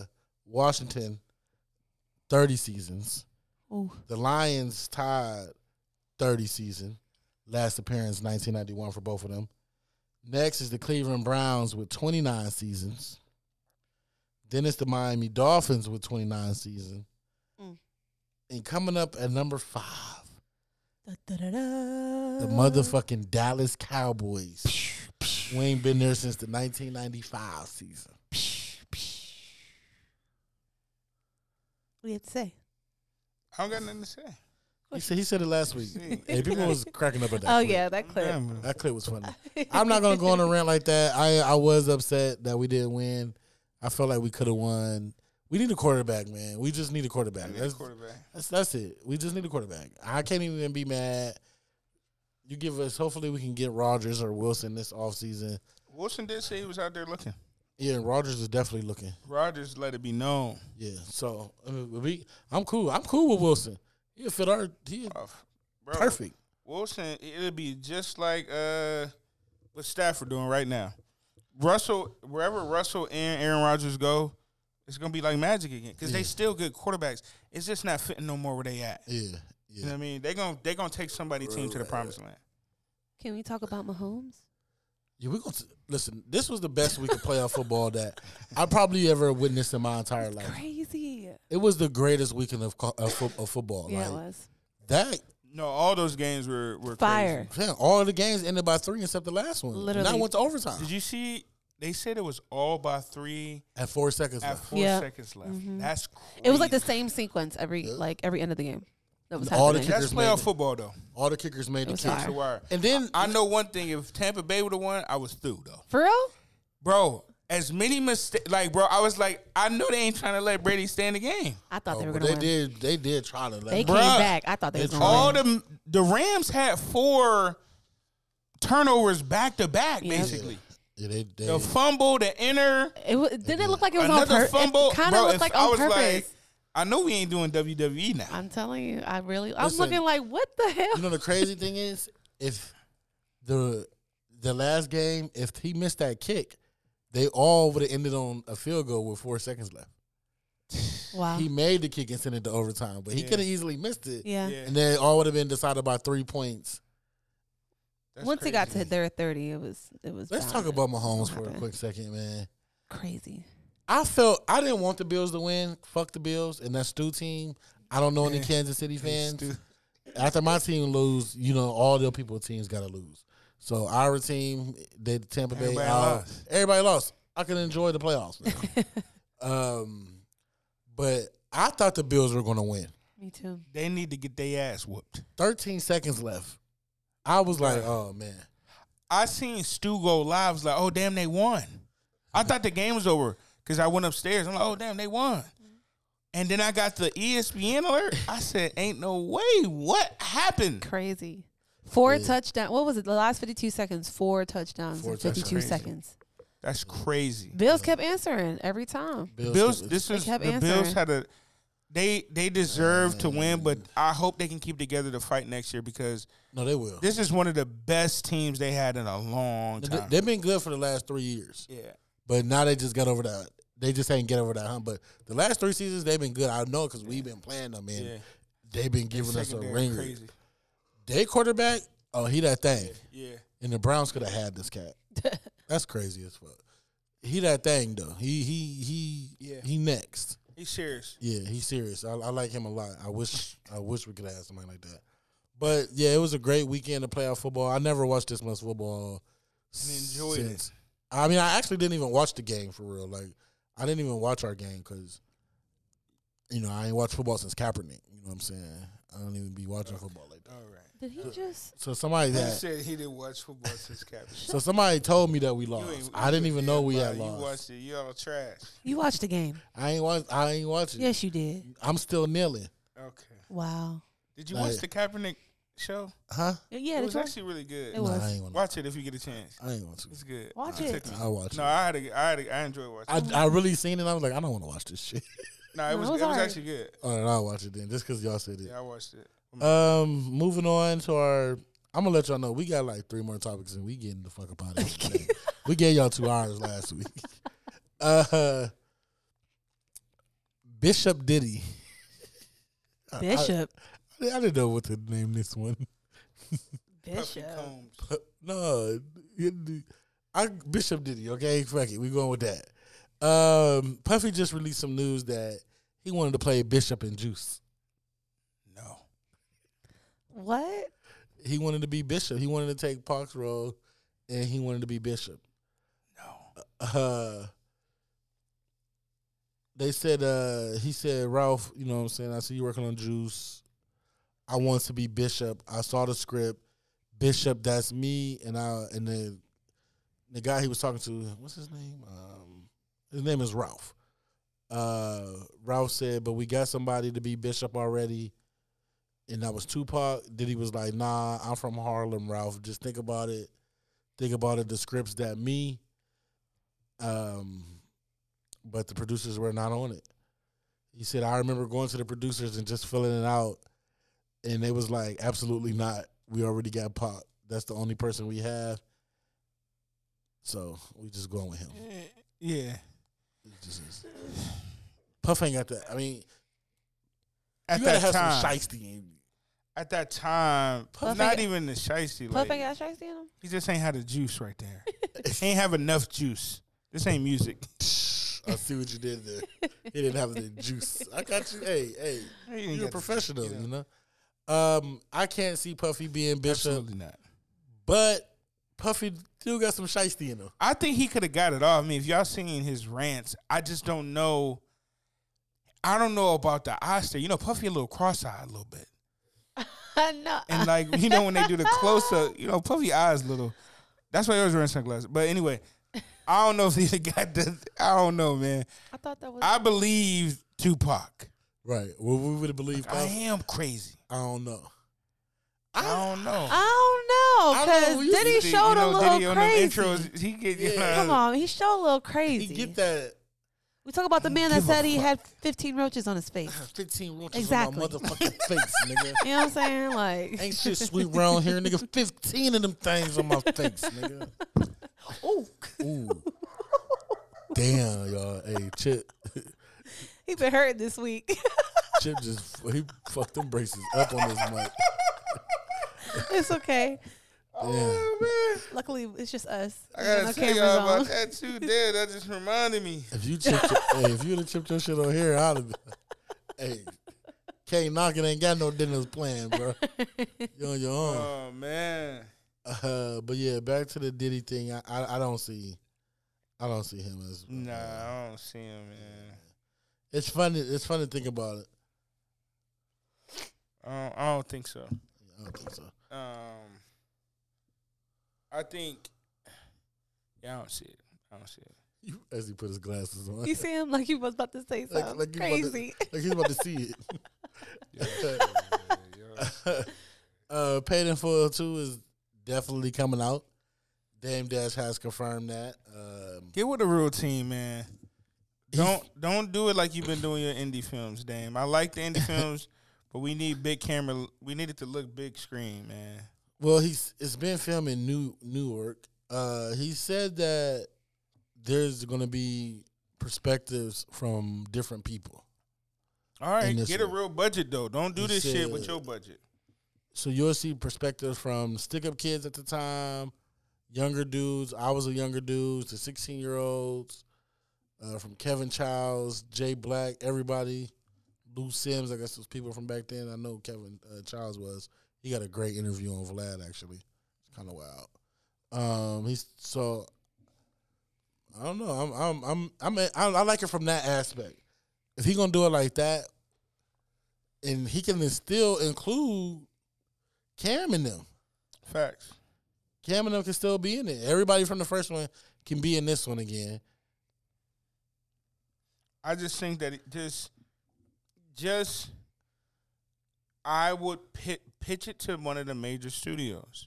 uh, Washington, thirty seasons.
Ooh.
The Lions tied thirty season, last appearance 1991 for both of them. Next is the Cleveland Browns with 29 seasons. Then it's the Miami Dolphins with 29 seasons. And coming up at number five, the motherfucking Dallas Cowboys. we ain't been there since the 1995 season.
What do you have to say?
I don't got nothing to say.
He said, he said it last week. hey, people was cracking up at that.
oh,
clip.
yeah, that clip.
Damn.
That clip was funny. I'm not gonna go on a rant like that. I I was upset that we didn't win. I felt like we could have won. We need a quarterback, man. We just need a quarterback.
Need a
That's,
quarterback.
that's that's it. We just need a quarterback. I can't even be mad. You give us. Hopefully, we can get Rodgers or Wilson this offseason.
Wilson did say he was out there looking.
Yeah, and Rodgers is definitely looking.
Rogers let it be known.
Yeah, so uh, we, I'm cool. I'm cool with Wilson. He'll fit our. He
Oh, bro,
perfect.
Wilson, it'll be just like uh, what Stafford doing right now. Russell, wherever Russell and Aaron Rodgers go, it's gonna be like magic again because they still good quarterbacks. It's just not fitting no more where they at.
Yeah,
You know
yeah.
what I mean? They gonna they gonna take somebody team to the promised land.
Can we talk about Mahomes?
Yeah, we gonna t- listen. This was the best week of playoff football that I probably ever witnessed in my entire life.
Crazy.
It was the greatest weekend of co- of, fo- of football.
Yeah, it
like
was.
that,
No, all those games were were
Fire.
man, all the games ended by three except the last one. and
Literally.
that went to overtime
Crazy. Did you see? They said it was all by three
at four seconds
at
left.
four
Yeah. Mm-hmm.
seconds left. That's crazy.
It was like the same sequence every like every end of the game. That was
All the
happening.
That's
Kickers made
playoff
it.
football though.
All the kickers made the
was
kick.
hard.
So why-
And then
I know one thing: if Tampa Bay would have won, I was through though,
For real?
bro. As many mistakes, like bro, I was like, I know they ain't trying to let Brady stay in the game.
I thought
oh,
they were
but
gonna
they
win.
did. They did try to. Let
They
me-
came
Bruh.
back. I thought they
They
was
tried.
All
gonna win.
the the Rams had four turnovers back to back,
Yeah.
basically.
yeah, they, they,
The fumble, the inner,
It was, didn't it look like it was on
another
purpose?
fumble.
It kind
Bro,
of looked
if
like
I
on
was
purpose.
like, I know we ain't doing WWE now.
I'm telling you, I really, I'm
Listen.
looking like, what the hell?
you know the crazy thing is, if the the last game, if he missed that kick, they all would have ended on a field goal with four seconds left.
wow.
He made the kick and sent it to overtime, but he could have easily missed it.
yeah.
Yeah.
And then it all would have been decided by three points.
That's
Once it got
crazy.
to their 30, it was, it was.
Let's
bound
talk
to-
about Mahomes for a
happened.
quick second, man.
Crazy.
I felt I didn't want the Bills to win. Fuck the Bills and that Stu team. I don't know any Kansas City fans. After my team lose, you know all the people teams got to lose. So our team, the Tampa Bay,
Everybody
uh,
lost.
everybody lost. I can enjoy the playoffs. now. um, but I thought the Bills were going to win.
Me too.
they need to get their ass whooped.
Thirteen seconds left. I was like, oh man.
I seen Stu go live. was like, oh damn, they won. I thought the game was over because I went upstairs. I'm like, oh damn, they won.
Mm-hmm.
And then I got the E ESPN alert. I said, ain't no way. What happened?
Crazy. Four touchdown. What was it? The last 52 seconds, four touchdowns
Four
in 52
touchdowns.
seconds.
That's crazy.
Bills kept answering every time.
Bills.
could-
This is
kept
the Bills
answering.
had a. They they deserve to win, but I hope they can keep together to fight next year because
no, they will.
this is one of the best teams they had in a long
They-
time.
They've been good for the last three years,
yeah,
but now they just got over that they just ain't get over that hump. But the last three seasons they've been good. I know because we've been playing them and
Yeah.
they've been
Their
giving us a
secondary
ring.
crazy.
They quarterback, oh he that thing.
Yeah. Yeah.
And the Browns could have had this cat. That's crazy as fuck. He that thing though. He he he
Yeah.
he next.
He's serious.
Yeah, he's serious. I, I like him a lot. I wish I wish we could have had somebody like that. But yeah, it was a great weekend to play out football. I never watched this much football
And enjoyed it.
since- I mean, I actually didn't even watch the game for real. Like, I didn't even watch our game because, you know, I ain't watched football since Kaepernick. You know what I'm saying? I don't even be watching football like that.
All right.
Did he just?
So somebody
He
that
said he didn't watch football since Captain.
so somebody told me that we lost. I didn't even know we had
you
lost.
watched it. You all trash.
You watched the game?
I ain't watch. I ain't watching.
Yes, you did.
I'm still kneeling.
Okay.
Wow.
Did you
Like-
watch the Kaepernick show?
Huh?
Yeah,
it
did
was
you-
actually really good.
It was.
I ain't want.
Watch it if you get a chance.
I ain't want to.
It's good.
Watch
It
it.
took me.
I watch.
No,
it.
I had a, I had a, I enjoyed watching.
I, I really seen it. I was like, I don't want to watch this shit.
it. No, it
No, it
was
was
it was
alright.
actually good.
All right, I'll watch it then, just because y'all said it.
Yeah, I watched it.
Um, moving on to our, I'm gonna let y'all know we got like three more topics and we getting the fuck up out of here. we gave y'all two hours last week. Uh, Bishop Diddy. I- I-
Bishop.
I, I didn't know what to name this one.
Puffy
Bishop.
Combs.
no, it- I, Bishop Diddy. Okay, fuck it, we going with that. Um, Puffy just released some news that he wanted to play Bishop and Juice.
No.
What?
he wanted to be bishop. He wanted to take Park's role, and he wanted to be bishop. No. Uh, they said uh, he said Ralph. You know what I'm saying? I see you working on Juice. I want to be bishop. I saw the script. Bishop, that's me, and I and the the guy he was talking to. What's his name? Um, his name is Ralph. Uh, Ralph said, but we got somebody to be bishop already and that was Tupac. Diddy was like, "Nah, I'm from Harlem, Ralph. Just think about it. Think about it. The scripts that me." Um, but the producers were not on it. He said, "I remember going to the producers and just filling it out, and they was like, absolutely not. We already got Pop. That's the only person we have. So we just going with him.
Yeah.
It just is. Puff ain't got that. I mean,
At
you gotta have
that time.
some shiesty in you.
at that time,
Puff
not
ain't-
even the shiesty.
Puff
Like,
ain't got strikes in him.
he just ain't had the juice right there. ain't have enough juice. This ain't music.
I see what you did there. He didn't have the juice. I got you. Hey, hey,
He ain't
you're a
got the-
professional,
you know.
you know. Um, I can't see Puffy being Bishop,
Absolutely not.
but Puffy still got some shiesty in him.
I think he could have got it off. I mean, if y'all seen his rants, I just don't know. I don't know about the eye stare. You know, Puffy a little cross-eyed a little bit,
no.
and like you know when they do the close-up, you know Puffy eyes little. That's why he always wearing sunglasses. But anyway, I don't know if he got the. I don't know, man.
I thought that was.
I believe Tupac.
Right. Well, we would have believed
I
Puffy.
am crazy.
I don't know.
I don't know.
I don't
I don't know
know because
who you
Diddy
think,
Diddy,
showed
you know,
a little
Diddy on them
crazy.
intros, he get you
Yeah.
know,
Come on, he showed a little crazy.
He get that
we talk about the man that
give a
said he
fuck.
had 15 roaches on his face.
15 roaches
Exactly.
on my motherfucking face, nigga.
You know what I'm saying? Like,
Ain't shit sweet round here, nigga. 15 of them things on my face, nigga.
ooh,
Ooh. Damn, y'all. Hey, Chip.
he been hurting this week.
Chip just he fucked them braces up on this mic.
it's okay. Oh,
Yeah.
Luckily, it's just us.
Oh, I
There's
gotta
no
tell
cameras
y'all about
on.
that too, Dad. That just reminded me.
If you chipped your, hey, if you'd have chipped your shit on here, I'd have been Hey. Can't knock it ain't got no dinners planned, bro. You on your own.
Oh man,
Uh, but yeah, back to the Diddy thing. I, I I don't see I don't see him as uh,
nah, I don't see him, man.
it's fun to, it's fun to think about it.
I don't, I don't think so.
I don't think so.
Um, I think, yeah, I don't see it. I don't see it.
You, as he put his glasses on.
You see him like you was about to say
Like-
something
like you about to-
crazy.
like he's about to see it. uh, Paid in Full 2 is definitely coming out. Dame Dash has confirmed that. Um,
Get with the real team, man. Don't don't do it like you've been doing your indie films, Dame. I like the indie films, but we need big camera. We need it to look big screen, man.
well, he's it's been filmed in New Newark. Uh, he said that there's going to be perspectives from different people.
All right,
in this
get a
one.
real budget though. Don't do
He
this shit
said-
with your budget.
So you'll see perspectives from stick up kids at the time, younger dudes. I was a younger dude, the 16 year olds, uh, from Kevin Childs, Jay Black, everybody. Lou Sims, I guess was people from back then. I know Kevin uh, Childs was. He got a great interview on Vlad, actually. It's kind of wild. Um, he's so I don't know. I'm I'm I'm I'm a- I, I like it from that aspect. If he gonna do it like that, and he can still include Cam in them.
Facts.
Cam and them can still be in it. Everybody from the first one can be in this one again.
I just think that it just, just, I would pit, pitch it to one of the major studios.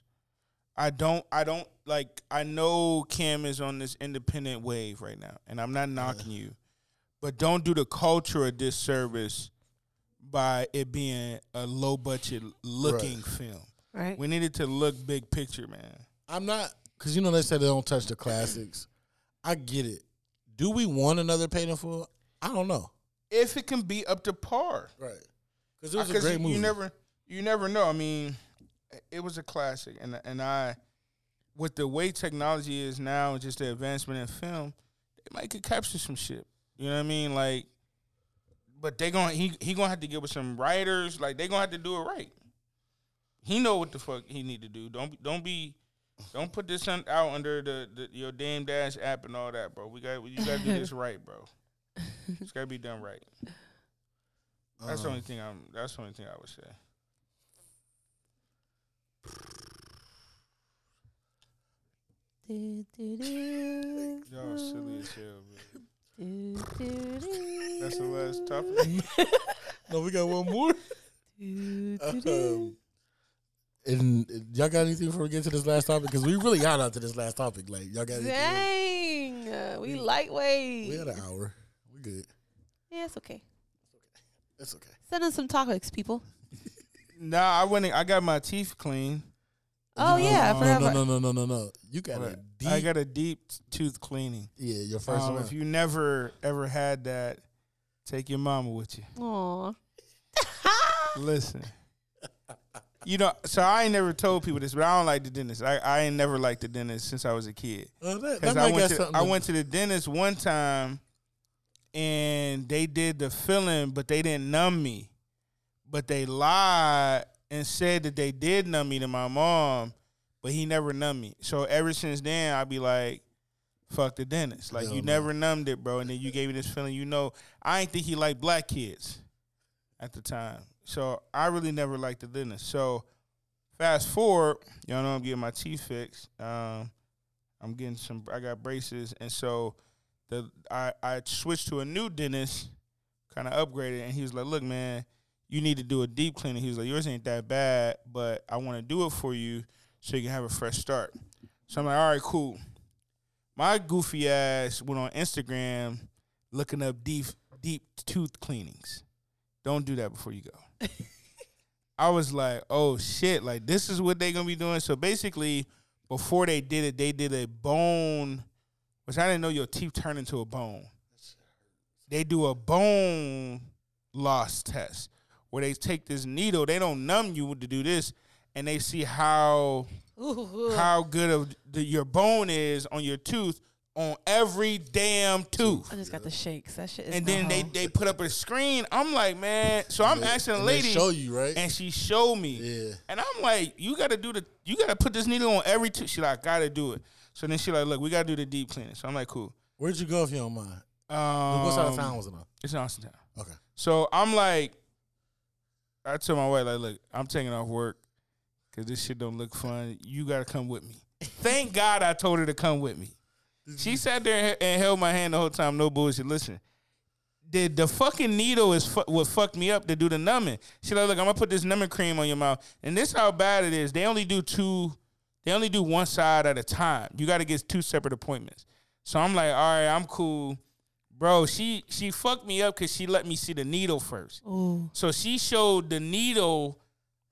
I don't, I don't like. I know Cam is on this independent wave right now, and I'm not knocking you, but don't do the culture a disservice by it being a low budget looking
Right.
film.
Right.
We needed to look big picture, man.
I'm not because you know they said they don't touch the classics. I get it. Do we want another Painful? I don't know.
If it can be up to par,
right? Because it was a great
Uh, you,
movie.
You never, you never know. I mean, it was a classic, and and I, with the way technology is now, and just the advancement in film, they might could capture some shit. You know what I mean? Like, but they going he he gonna have to get with some writers. Like they gonna have to do it right. He know what the fuck he need to do. Don't be- don't be. Don't put this un- out under the, the your damn dash app and all that, bro. We got you got to do this right, bro. It's got to be done right.
Uh-huh.
That's the
Um,
only thing I'm. That's the only thing I would say. Y'all silly as hell, man. That's the last topic.
no, we got one more. um, and uh, y'all got anything before we get to this last topic? Because we really got out to this last topic. Like y'all got anything?
Dang, uh, we lightweight.
We had an hour. We good.
Yeah, it's okay.
It's okay.
Send us some topics, people.
Nah, I went. and- I got my teeth clean.
Oh yeah, I
no,
forgot.
no,
about-
no, no, no, no, no. You got a deep.
I got a deep t- tooth cleaning. Um,
Yeah, your first one.
If you never ever had that, take your mama with you.
Aw.
Listen. You know, so I ain't never told people this, but I don't like the dentist. I, I ain't never liked the dentist since I was a kid.
Well, Uh, that- that
'Cause
might
I
got
went, to,
something
I
to-
went to the dentist one time and they did the filling, but they didn't numb me. But they lied and said that they did numb me to my mom, but he never numbed me. So ever since then, I'd be like, fuck the dentist. Like,
Hell
you
no.
never numbed it, bro. And then you gave me this feeling, you know, I ain't think he liked black kids at the time. So I really never liked the dentist. So fast forward, y'all know I'm getting my teeth fixed. Um, I'm getting some. I got braces, and so the I I switched to a new dentist, kind of upgraded, and he was like, "Look, man, you need to do a deep cleaning." He was like, "Yours ain't that bad, but I want to do it for you so you can have a fresh start." So I'm like, "All right, cool." My goofy ass went on Instagram looking up deep deep tooth cleanings. Don't do that before you go. I was like, oh shit, like this is what they gonna be doing. So basically, before they did it, they did a bone, which I didn't know your teeth turn into a bone. They do a bone loss test where they take this needle, they don't numb you to do this, and they see how
Ooh.
how good of the, your bone is on your tooth on every damn tooth
I just got the shakes. That shit is.
and then they, they put up a screen. I'm like, man. So I'm asking the
and they
lady,
show you, right?
And she showed me. Yeah. And I'm like, you gotta do the, you gotta put this needle on every tooth. She like, gotta do it. So then she like, look, we gotta do the deep cleaning. So I'm like, cool.
Where'd you go if you don't mind?
Um,
what side of town was it on?
It's in Austin town.
Okay.
So I'm like, I told my wife, like, look, I'm taking off work because this shit don't look fun. You gotta come with me. Thank God I told her to come with me. She sat there and- and held my hand the whole time. No bullshit. Listen, the the fucking needle is fu- what fucked me up to do the numbing. She like, look, I'm gonna put this numbing cream on your mouth, and this how bad it is. They only do two, they only do one side at a time. You got to get two separate appointments. So I'm like, all right, I'm cool, bro. She she fucked me up because she let me see the needle first.
Ooh.
So she showed the needle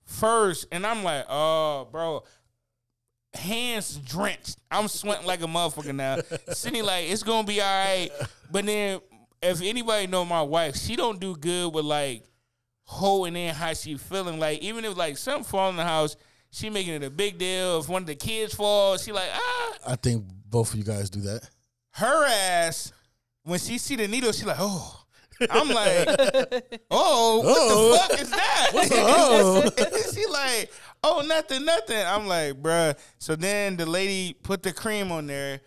first, and I'm like, oh, bro. hands drenched. I'm sweating like a motherfucker now. Cindy like it's gonna be all right. But then if anybody know my wife, she don't do good with like holding in how she feeling. Like even if like something fall in the house, she making it a big deal. If one of the kids falls, she like ah.
I think both of you guys do that.
Her ass when she see the needle, she like oh. I'm like, oh, what
Oh.
the fuck is that?
What's the oh?
and then she like, oh, nothing, nothing. I'm like, bruh. So then the lady put the cream on there,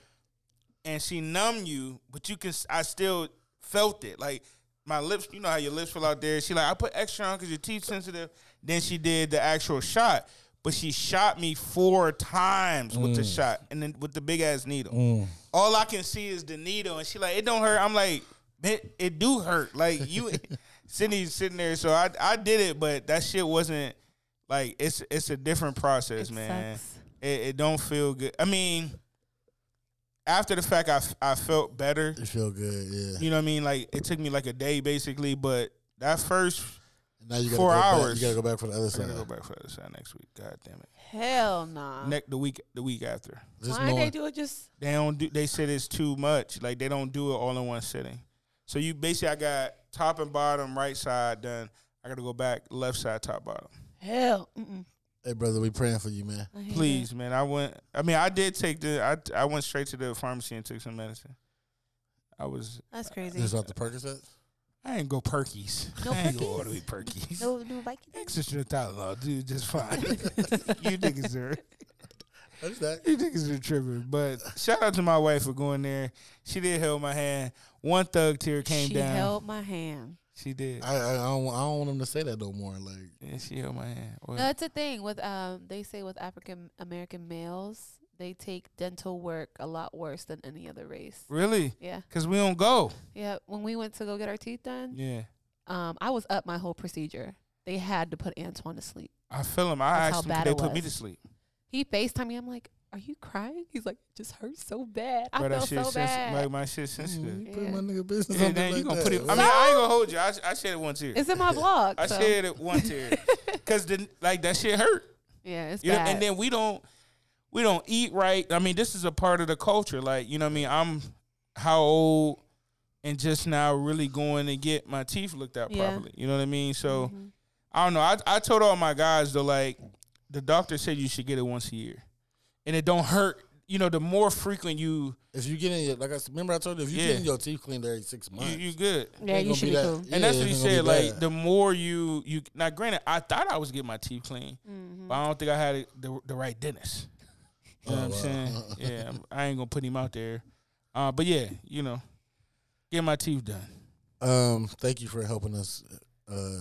and she numb you, but you can. I still felt it, like my lips. You know how your lips feel out there. She like, I put extra on because your teeth sensitive. Then she did the actual shot, but she shot me four times with the
Mm.
shot, and then with the big ass needle
Mm.
all I can see is the needle, and she like, it don't hurt. I'm like, it, it do hurt. Like you, Cindy's sitting there, so I I did it, but that shit wasn't like it's it's a different process, man. It, it don't feel good. I mean, after the fact, I f- I felt better.
It feel good, yeah.
You know what I mean? Like it took me like a day basically, but that first
Now you gotta
four
go back-
hours,
you gotta go back for the other
I
side.
gotta go back for the other side next week. God damn it.
Hell nah.
Next the week the week after.
Just
Why they do it just
They don't do. They said it's too much. Like they don't do it all in one sitting. So you basically, I got top and bottom, right side done. I got to go back, left side, top bottom.
hell? Mm-mm.
Hey brother, we praying for you, man.
I hate it.
Please, man. I went. I mean, I did take the. I I went straight to the pharmacy and took some medicine. I was.
That's crazy.
Just off the Percocet.
I ain't go perkies.
No
I ain't go
Perkies?
all the way perkies.
No, no Viking.
Extra shit Tylenol, dude, just fine. you niggas are.
That's that.
You niggas are tripping. But shout out to my wife for going there. She did hold my hand. One thug tear came
she
down.
held my hand.
She did.
I, I I don't I don't want him to say that no more. Like
Yeah, she held my hand. Well,
No, that's the thing with um. They say with African American males, they take dental work a lot worse than any other race.
really?
Yeah,
Cause we don't go.
yeah. When we went to go get our teeth done,
Yeah,
um, I was up my whole procedure. They had to put Antoine to sleep.
I feel them. I
That's how
asked them.
bad
They
it
put me
was.
to sleep.
He FaceTimed me. I'm like, "Are you crying?" He's like, "It "Just hurts so bad. I
Bro, that
felt
shit
so
sensi-
bad."
Like my shit sensitive.
you put
Yeah.
my nigga business
Yeah,
on
then
there
Mm-hmm. you
like
gonna
that.
put it. I mean, I ain't gonna hold you. I, sh- I shed it one tear.
It's in my blog.
I
so.
shed it one tear. Cause the like that shit hurt.
Yeah, it's
You know,
bad.
and then we don't we don't eat right. I mean, this is a part of the culture. Like, you know what I mean? I'm how old and just now really going to get my teeth looked at
Yeah.
properly. You know what I mean? So I don't know. I I told all my guys though, like, the doctor said you should get it once a year. And it don't hurt. You know, the more frequent you
If you getting your like I s- remember I told you if you
Yeah.
getting your teeth cleaned every six
you,
months,
you good.
yeah,
ain't
you
gonna
should be,
that-
cool.
yeah,
And that's what
it
he
ain't gonna
said.
be
Like
bad.
the more you you now, granted, I thought I was getting my teeth clean, but I don't think I had the the right dentist.
Oh,
You know what I'm saying? yeah, I'm, I ain't gonna put him out there. Uh, but yeah, you know, get my teeth done.
um, thank you for helping us. Uh,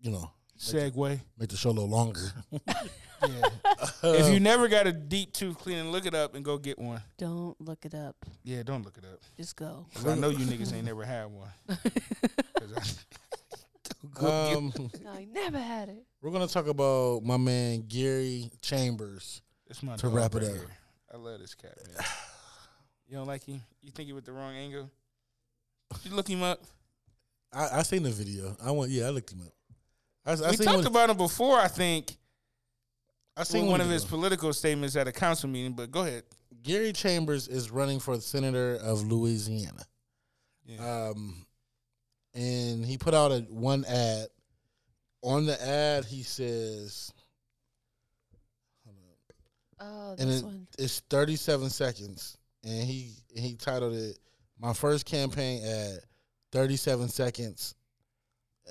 you know,
Segway.
make the show a little longer.
if
Uh,
you never got a deep tooth cleaning, look it up and go get one.
Don't look it up.
Yeah, don't look it up.
Just go.
'Cause I know you niggas ain't never had one. 'Cause I-
um,
No, I never had it.
we're gonna talk about my man Gary Chambers.
it's my
To
dog
wrap it
right
up.
here. I love this cat, man. You don't like him? You think he with the wrong angle? You look him up.
I, I seen the video. I went. Yeah, I looked him up. I, s- I
we
seen
talked
when-
about him before, I think. I seen
Well,
one of
we
his
do.
political statements at a council meeting, but go ahead.
Gary Chambers is running for senator of Louisiana. Um, and he put out a one ad. On the ad, he says,
Oh,
and
this
it,
one.
it's thirty seven seconds, and he he titled it "My First Campaign Ad." Thirty seven seconds.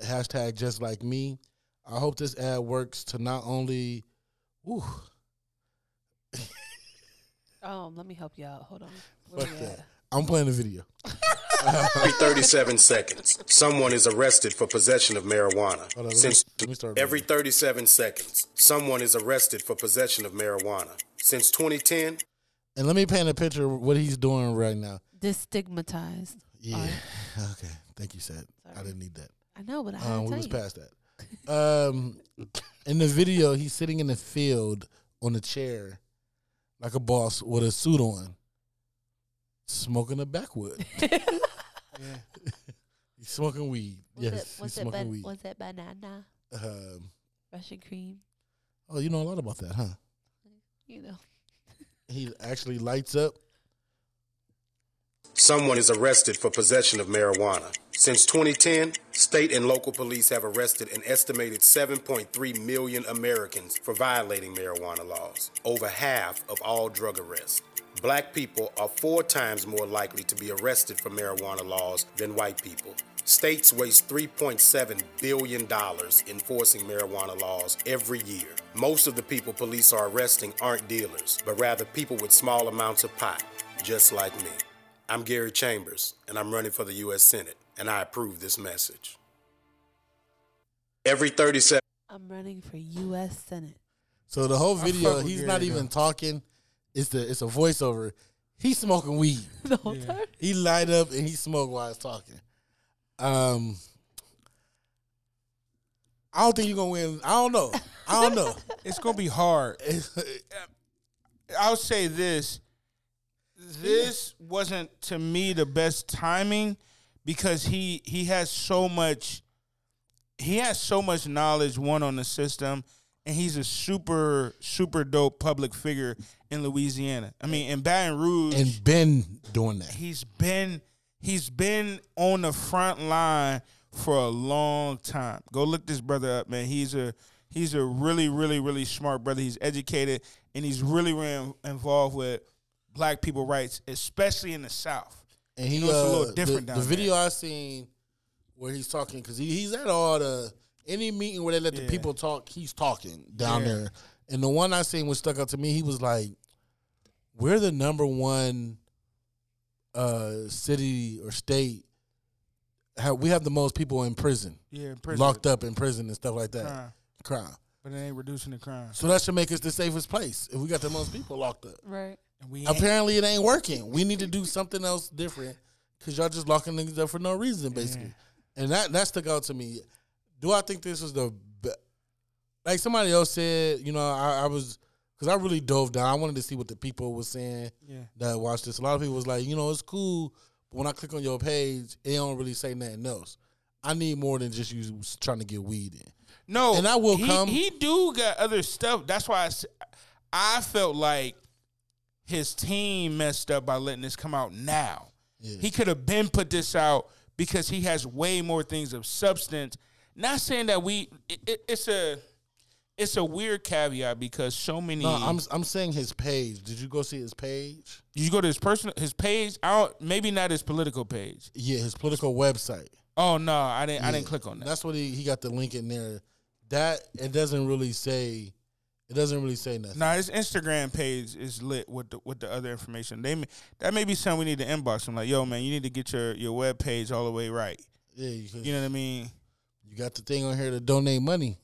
Hashtag just like me. I hope this ad works to not only. Whew,
Oh, let me help you out. Hold on. Where
fuck
we
that.
at?
I'm playing the video.
Every 37 seconds, someone is arrested for possession of marijuana.
Hold on, let me-
Since
let me start
every
over.
37 seconds, someone is arrested for possession of marijuana. Since 2010,
And let me paint a picture of what he's doing right now.
Destigmatized.
Yeah.
Alright.
Okay. Thank you, Seth. I didn't need that.
I know, but I had
Um,
to
we
tell
was
you.
past that. Um, in the video, he's sitting in the field on a chair, like a boss with a suit on, smoking a backwood. He's smoking weed.
Was
yes,
it, was
he's
it,
smoking
ban-
weed.
was it banana?
um,
Russian cream?
oh, you know a lot about that, huh?
You know.
He actually lights up.
Someone is arrested for possession of marijuana. Since 2010, state and local police have arrested an estimated 7.3 million Americans for violating marijuana laws, over half of all drug arrests. Black people are four times more likely to be arrested for marijuana laws than white people. States waste $3.7 billion enforcing marijuana laws every year. Most of the people police are arresting aren't dealers, but rather people with small amounts of pot, just like me. I'm Gary Chambers, and I'm running for the U.S. Senate, and I approve this message. Every 37.
I'm running for U.S. Senate.
So the whole
I
video,
fuck with
he's
Gary,
not even
though.
talking. It's the it's a voiceover. He's smoking weed
the whole time.
He light up and he smoked while he's talking. Um, I don't think you're gonna win. I don't know. I don't know.
it's gonna be hard. I'll say this. This wasn't to me the best timing because he he has so much he has so much knowledge one on the system and he's a super super dope public figure in Louisiana. I mean in Baton Rouge
And Ben doing that.
he's been he's been on the front line for a long time. Go look this brother up, man. He's a he's a really really really smart brother. He's educated and he's really really involved with black people rights, especially in the South.
And he
you know, it's a
uh,
little different
The,
down
the
there.
video I seen where he's talking because he, he's at all the any meeting where they let the people talk, he's talking down
Yeah.
there. And the one I seen was stuck out to me. He was like, "We're the number one uh, city or state. How we have the most people in prison,
Yeah, in prison.
locked up in prison and stuff like that.
Crime.
Crime.
But it ain't reducing the crime.
So that should make us the safest place if we got the most people locked up.
Right.
And we ain't-
Apparently, it ain't working. We need to do something else different because y'all just locking niggas up for no reason, basically. And that that stuck out to me. Do I think this was the be- like somebody else said? You know, I, I was because I really dove down. I wanted to see what the people were saying
Yeah.
that watched this. A lot of people was like, you know, it's cool, but when I click on your page, it don't really say nothing else. I need more than just you s- trying to get weed in.
No,
and I will
he,
come.
He do got other stuff. That's why I, s- I felt like his team messed up by letting this come out now. He could have been put this out because he has way more things of substance. Not saying that we. It, it- it's a. It's a weird caveat because so many.
no, I'm I'm saying his page. Did you go see his page?
Did you go to his personal his page? I don't, maybe not his political page.
Yeah, his political website.
Oh no, I didn't. I didn't
Yeah.
click on that.
That's what he, he got the link in there. That it doesn't really say. It doesn't really say nothing.
No, his Instagram page is lit with the with the other information. They may, that may be something we need to inbox him. Like, yo, man, you need to get your your web page all the way right.
Yeah, you,
You know what I mean?
you got the thing on here to donate money,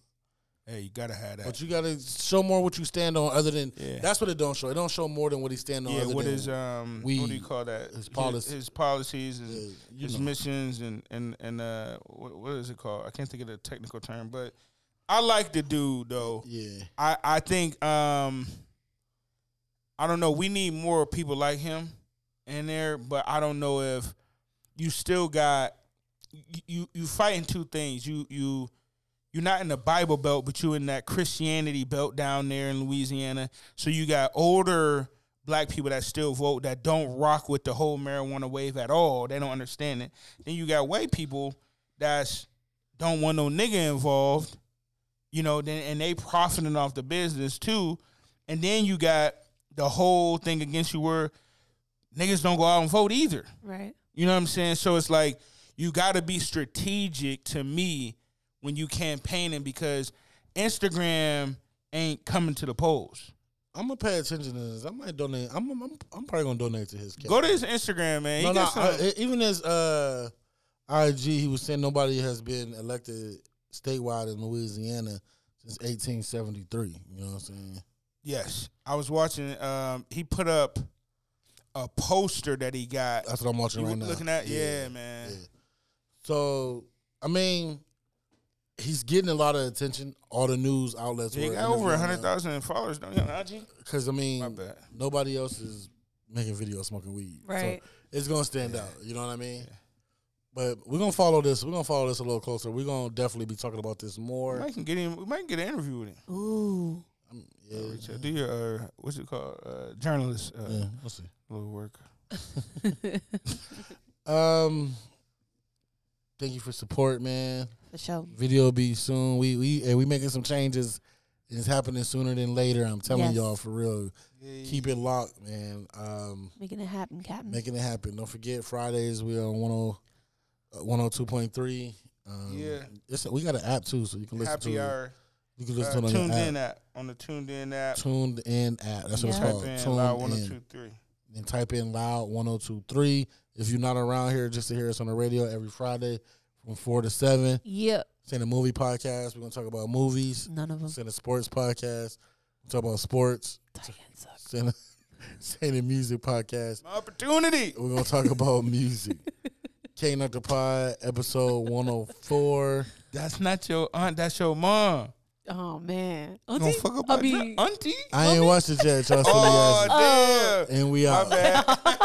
Hey, you gotta have that.
but you got to show more what you stand on. Other than
Yeah.
that's what it don't show. It don't show more than what uh, he stand on.
yeah,
other
what
than
is um? what do you
weed.
call that?
His policy.
his, policies, his,
you
his
know.
missions, and and and uh, what, what is it called? I can't think of the technical term, but I like the dude though.
Yeah.
I I think um, I don't know. We need more people like him in there, but I don't know if you still got you you, you fighting two things. You you you're not in the Bible belt, but you in that Christianity belt down there in Louisiana. So you got older black people that still vote that don't rock with the whole marijuana wave at all. They don't understand it. Then you got white people that's don't want no nigga involved, you know, then and they profiting off the business too. And then you got the whole thing against you where niggas don't go out and vote either.
Right.
You know what I'm saying? So it's like you got to be strategic to me when you campaigning because Instagram ain't coming to the polls.
I'm gonna pay attention to this. I might donate. I'm I'm, I'm probably gonna donate to his. Cat.
Go to his Instagram, man.
No,
He
no.
got
I,
some-
e- even his uh, IG, he was saying nobody has been elected statewide in Louisiana since 1873. You know what I'm saying?
yes, I was watching. Um, he put up a poster that he got.
That's what I'm watching
You
right
were
now.
Looking at, yeah,
Yeah,
man.
So I mean, he's getting a lot of attention. All the news outlets.
He got over hundred thousand followers, don't you, on IG?
Because I mean,
bad.
nobody else is making videos smoking weed,
Right.
So it's gonna stand out. You know what I mean? But we're gonna follow this. We're gonna follow this a little closer. We're gonna definitely be talking about this
We
more.
might can get him. We might get an interview with him.
Ooh.
I I'm,
I'll reach out. Do your uh, what's it called? Uh, journalist. Uh,
Yeah, we'll see.
Little work.
Um, thank you for support, man.
For sure.
Video will be soon. We we and we making some changes. It's happening sooner than later. I'm telling
Yes.
y'all for real. Keep it locked, man. Um,
Making it happen, Captain.
making it happen. Don't forget Fridays we are on 10, uh, 102.3. Um,
Yeah.
it's, we got an app too, so you can listen
Happy
to.
hour.
You can
Uh,
listen to it on
tuned
your
in
app.
app on the tuned in app.
Tuned in app. That's
Yeah.
what
Type
it's
in
called.
Loud
tuned
1023.
Then type in loud 1023. If you're not around here, just to hear us on the radio every Friday from four to seven.
Yep.
Send a movie podcast. We're gonna talk about movies.
None of them.
Send a sports podcast. we talk about sports. Send a, send a music podcast.
opportunity.
We're gonna talk about music. K Not the Pod, episode one oh four.
That's not your aunt. That's your mom.
Oh man.
You gonna
Auntie?
fuck up
I
my
mean-
dra- auntie?
I ain't watched it yet, y'all silly
Oh,
asses. And we out.
damn.